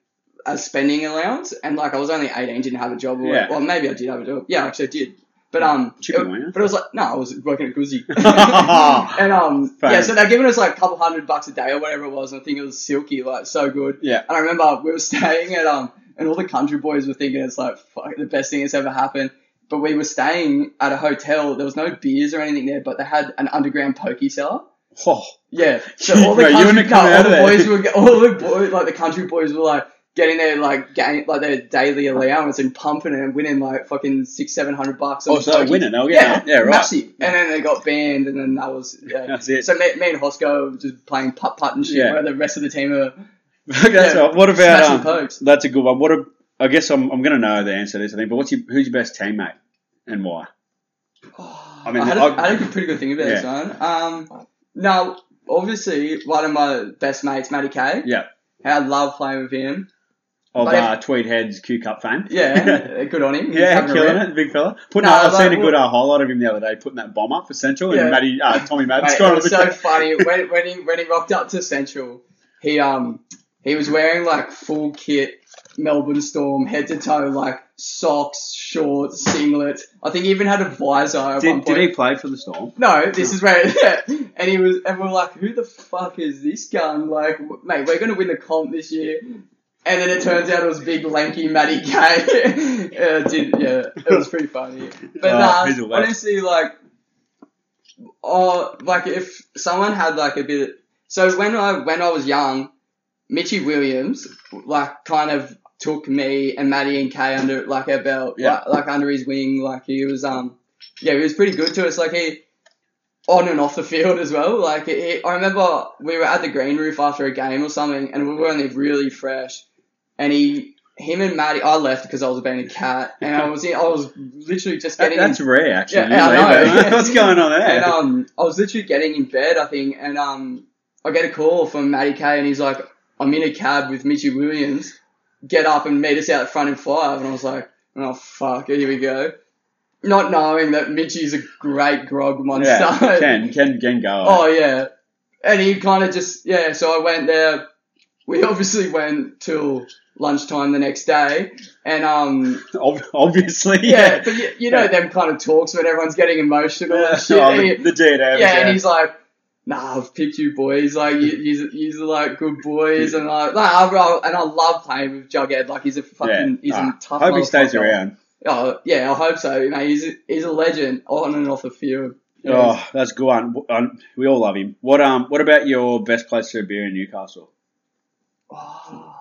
as spending allowance, and like I was only 18, didn't have a job. Or,
Yeah.
Well, maybe I did have a job. Yeah, actually I did. But um,
Chicken,
it-
weren't you?
but it was like no, I was working at Guzzi. and um, yeah,
Fair.
so they're giving us like a couple hundred bucks a day or whatever it was. And I think it was silky, like so good.
Yeah.
And I remember we were staying at um, and all the country boys were thinking it's like fuck, the best thing that's ever happened. But we were staying at a hotel. There was no beers or anything there, but they had an underground pokey cellar.
Oh,
Yeah. So all the
Bro, you
country,
wouldn't come
no,
out
all
of
the
there.
boys were all the boys like the country boys were like getting their like gain like their daily allowance and pumping it and winning like fucking six seven hundred bucks. on
oh, so they're
pokies.
winning. They'll get yeah, yeah, right.
Massive. And then they got banned, and then that was yeah.
That's it.
So me, me and Hosco were just playing putt putt and shit,
Yeah.
where the rest of the team are.
Okay,
Yeah.
so what about
Smashing
um,
pokes.
That's a good one. What? A, I guess I'm, I'm going to know the answer to this. I think. But what's your, who's your best teammate and why?
I
mean,
I had, a-
I-
I had a pretty good thing about this one. Um, now obviously one of my best mates, Matty K.
Yeah,
I love playing with him.
of
But if-
uh, Tweed Heads Q Cup fame.
Yeah, uh, good on him. He's
Yeah,
having a
killing
rip.
it, big fella. Putting,
No,
I
like,
seen a good
well-
uh, highlight of him the other day, putting that bomb up for Central,
Yeah.
and Matty, uh, Tommy Madden
Mate,
scored
it
on the
was so
so
funny when, when he when he rocked up to Central, he um he was wearing like full kit Melbourne Storm head to toe like socks, shorts, singlet. I think he even had a visor at one
Did,
point.
did he play for the Storm?
No, this is where yeah. and he was and we we're like, who the fuck is this gun? Like, mate, we're gonna win the comp this year. And then it turns out it was big lanky Matty K. yeah, it did, yeah, it was pretty funny. But
Oh, he's a
nah,
legend.
honestly, like, oh, like if someone had like a bit. so when I when I was young, Mitchy Williams like kind of took me and Matty and Kay under like our belt,
Yeah.
like, like under his wing. Like he was um, yeah, he was pretty good to us. Like he on and off the field as well. Like it, it- I remember we were at the green roof after a game or something, and we were only really fresh. And he, him and Matty, I left because I was being a cat, and I was in, I was literally just
That,
getting
that's
in,
rare, actually.
Yeah, yeah,
you
I
know,
know.
but- What's going on there?
and um, I was literally getting in bed, I think, and um, I get a call from Matty K, and he's like, "I'm in a cab with Mitchy Williams. Get up and meet us out front in five. And I was like, "Oh fuck, here we go." Not knowing that Mitchy's a great grog monster.
yeah, Ken, Ken, Ken go.
Oh yeah, and he kind of just yeah. So I went there. We obviously went till lunchtime the next day, and um
Ob- obviously.
yeah, but you, you know
Yeah.
them kind of talks when everyone's getting emotional
Yeah.
and shit.
Oh,
and he-
the, the dude,
yeah, and he's like. Nah, I've picked you boys. Like, you, you's, you's like good boys, and like, nah, bro, and I love playing with Jughead. Like, he's a fucking, he's
Ah,
a tough.
hope he stays
motherfucker.
around.
Oh, yeah, I hope so. Mate, he's a, he's a legend on and off the field. Yeah, he's-
Oh, that's a good one. Um, We all love him. What um? What about your best place for a beer in Newcastle?
Oh.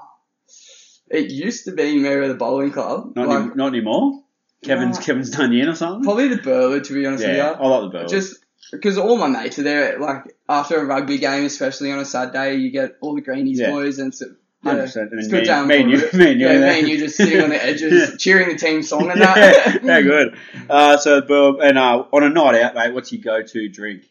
It used to be Mary the Bowling Club.
Not
like,
any- not anymore. Kevin's
Nah.
Kevin's done in or something.
Probably the Burwood, to be honest
yeah,
with
I like the
you.
Burwood.
Just because all my mates are there, like after a rugby game, especially on a Saturday, you get all the greenies
Yeah.
boys and it's a-
hundred
yeah,
percent.
it's
And
good
then
down
me, me and you,
Burwood.
me and you,
yeah,
in there.
me and you just sitting on the edges,
Yeah.
cheering the team song and
yeah,
that.
uh, yeah, good. Uh, so Burwood, and uh, on a night out, mate, what's your go-to drink?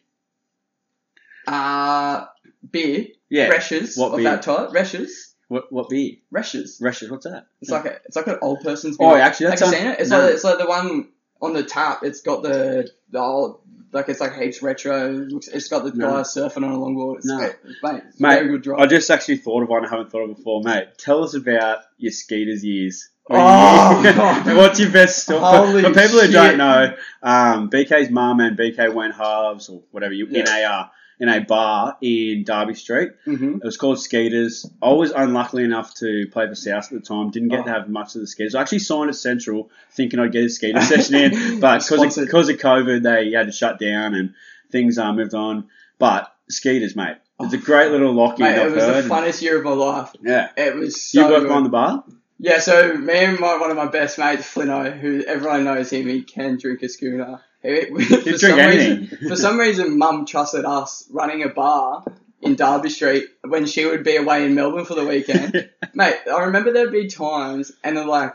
Uh, beer,
Yeah,
reshes
What
of
beer?
that type, reshes,
What what beer?
reshes.
Rashers, what's that?
It's like a, it's like an old person's.
Oh, actually, that
have you
sounds-
seen it? It's
no.
like it's like the one on the tap. It's got the the old, Like it's like H retro. It looks, it's got the
No.
guy surfing on a longboard. It's
No.
great. mate, it's a
Mate,
very good drive.
I just actually thought of one I haven't thought of before, mate. Tell us about your skeeters years.
Oh, God.
What's your best story?
Holy
For people who
shit.
don't know, um, BK's mum and BK went halves or whatever you in a uh, in a bar in Derby Street.
hmm
It was called Skaters. I was unlucky enough to play for South at the time. Didn't
Oh.
get to have much of the skaters. I actually signed at Central thinking I'd get a skater session in, but because of,
Sponsored.
'cause of COVID, they had to shut down and things uh, moved on. But skaters, mate, it's a great little lock-in
Oh. Mate,
I've
it was
heard.
the funnest year of my life.
yeah,
It was so
you work
good.
behind the bar.
Yeah, so me and my, one of my best mates, Flino, who everyone knows him, he can drink a schooner. He,
drink anything.
Reason, for some reason, Mum trusted us running a bar in Derby Street when she would be away in Melbourne for the weekend. Mate, I remember there'd be times, and then like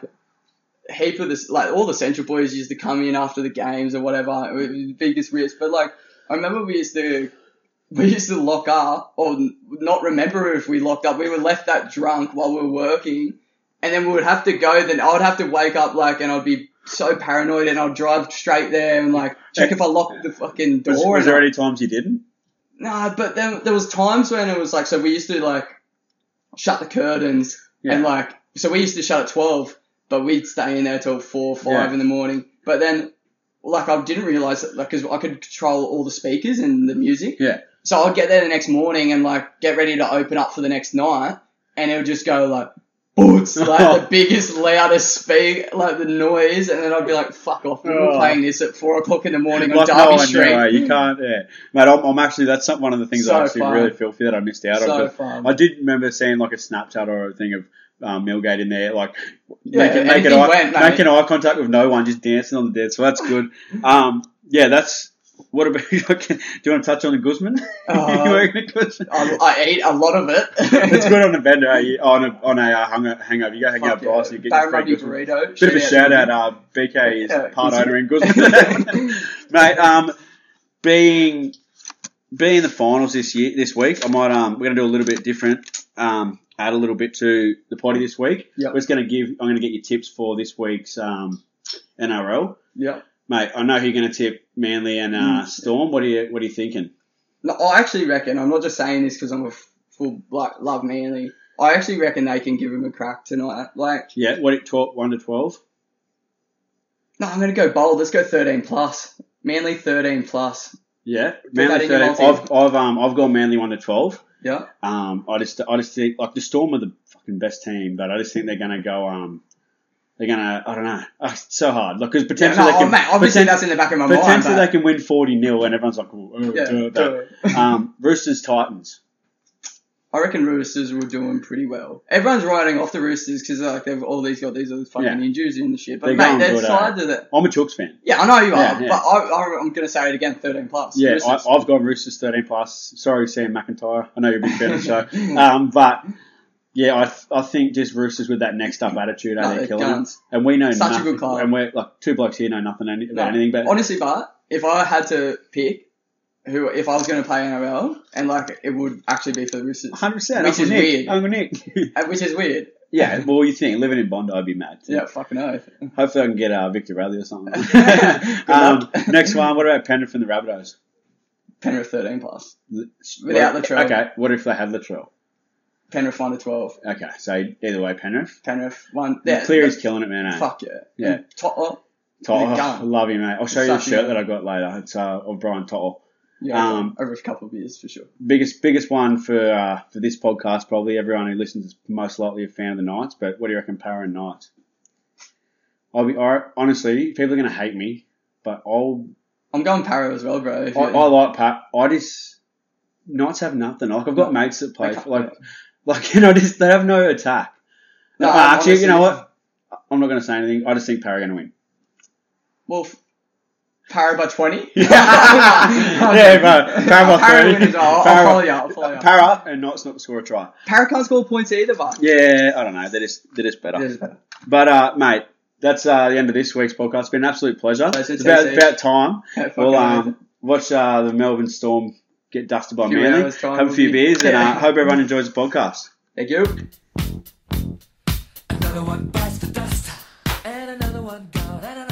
heap of this, like all the Central boys used to come in after the games or whatever. It was the biggest risk, but like I remember we used to we used to lock up or n- not remember if we locked up. We were left that drunk while we were working, and then we would have to go. Then I would have to wake up like, and I'd be so paranoid, and I'd drive straight there and like check if I locked the fucking door.
Was, was
or
there
not.
any times you didn't?
Nah, but then there was times when it was like so we used to like shut the curtains
Yeah.
and like so we used to shut at twelve, but we'd stay in there till four, five
Yeah.
in the morning. But then like I didn't realize that like because I could control all the speakers and the music.
Yeah.
So I'd get there the next morning and like get ready to open up for the next night, and it would just go like. Boots, like the biggest, loudest speak, like the noise, and then I'd be like, "Fuck off!" We were
Oh.
playing this at four o'clock in the morning on
Like,
Derby
no one
Street.
knew, eh? you can't. Yeah, mate. I'm, I'm actually that's some, one of the things
So
I actually
fun.
really feel for that I missed out on.
so
but
fun.
I did remember seeing like a Snapchat or a thing of um, Millgate in there, like
Yeah,
making,
and
making,
he
eye,
went, mate.
making eye contact with no one, just dancing on the dance. So that's good. um, yeah, that's what about. do you want to touch on the Guzman?
Uh,
You working at Guzman?
I, I ate a lot of it.
it's good on a bender, eh? You- on a on a uh, hangover. hangover. You go hang out,
Fuck yeah.
boss, and you get
Barra
your free
Muddy
Guzman.
burrito.
Bit of a shout out, uh, BK is
Yeah,
part
he's-
owner in Guzman, mate. Um, being being in the finals this year, this week, I might um, we're gonna do a little bit different. Um, add a little bit to the potty this week.
Yep.
We're just gonna give. I'm gonna get your tips for this week's um, NRL,
Yeah.
mate. I know you're gonna tip Manly and
Mm.
uh, Storm. What are you What are you thinking?
No, I actually reckon I'm not just saying this because I'm a f- full like love manly. I actually reckon they can give him a crack tonight. Like,
Yeah, what 12, one to twelve?
no, I'm gonna go bold. Let's go 13 plus. Manly 13 plus.
Yeah,
that
Manly.
in your
13.
multi.
I've I've um I've gone Manly one to twelve.
Yeah.
Um, I just, I just think like the Storm are the fucking best team, but I just think they're gonna go. Um, they're gonna, I don't know, oh, it's so hard. Like, because
Yeah,
potentially
no,
they
oh,
can,
mate, obviously
poten-
that's in the back of my mind.
potentially
but-
they can win forty 0 and everyone's like, oh, oh,
Yeah,
do it,
do
do it. um, Roosters Titans.
I reckon Roosters were doing pretty well. Everyone's riding off the Roosters because like they've all these got these other fucking
Yeah.
injuries and shit. But
They're
mate,
going
they're
good, eh?
sides of that.
I'm a Chooks fan.
Yeah, I know you are,
Yeah, yeah.
but I, I, I'm going to say it again 13 plus.
Yeah, I,
Roosters.
I've gone Roosters thirteen plus. Sorry, Sam McIntyre. I know you're a big fan of the show, um, but yeah, I, th- I think just Roosters with that next up attitude,
No,
are they
they're
killing it?
guns.
And we know
Such a
nothing,
good club.
and we're like two blokes here know nothing any-
No,
about anything, but
honestly, but if I had to pick who, if I was going to play NRL, and like it would actually be for the Roosters,
hundred percent.
Which
I'm a
is
Nick.
weird.
I'm a Nick.
Uh, which is weird.
Yeah, well, what do you think living in Bondi, I'd be mad. too.
Yeah, fucking oath.
Hopefully, I can get uh, Victor Rally or something.
Good
um,
luck.
next one. What about Penrith from the Rabbitohs?
Penrith 13 plus.
Without
Without Latrell.
Okay. What if they had Latrell?
Penrith 1 to 12.
Okay. So either way, Penrith.
Penrith 1.
Yeah,
Yeah,
Clear is killing it, man. Eh?
Fuck yeah.
Yeah.
And Toto.
Toto,
they're
oh,
gone.
love you, mate. I'll show you a
Such a
shirt
good-
that I got later. It's uh, of Brian Tottle.
Yeah,
Um,
over a couple of years for sure.
Biggest, biggest one for uh, for this podcast. Probably everyone who listens is most likely a fan of the Knights. But what do you reckon, Para and Knights? I'll be I, honestly, people are going to hate me, but I'll
I'm going Paro as well, bro. if
I,
you-
I like Pat. I just Knights have nothing. Like I've got mates that play
They can't-
like like you know just they have no attack.
No,
Uh, actually, you
honestly-
know what? I'm not going to say anything. I just think Parra going to win.
Well, f- Para by 20?
yeah, bro. Parra by
Para
three.
wins. I'll, I'll
Parra-
follow you. I'll
Oh,
follow you.
Parra and Knights not score a try.
Para can't score points either, but.
Yeah, I don't know. They're just they're just better.
It is better.
But uh, mate, that's uh, the end of this week's podcast. It's been an absolute pleasure.
Pleasure,
it's about,
TC.
about time.
Yeah, fucking
we'll
amazing.
um, watch uh, the Melbourne Storm get dusted by
Few
Manly.
hours time
Have a
will
few
be-
beers and uh,
Yeah.
hope everyone enjoys the podcast.
Thank you.
Another one bites the dust, and another one gone, and another.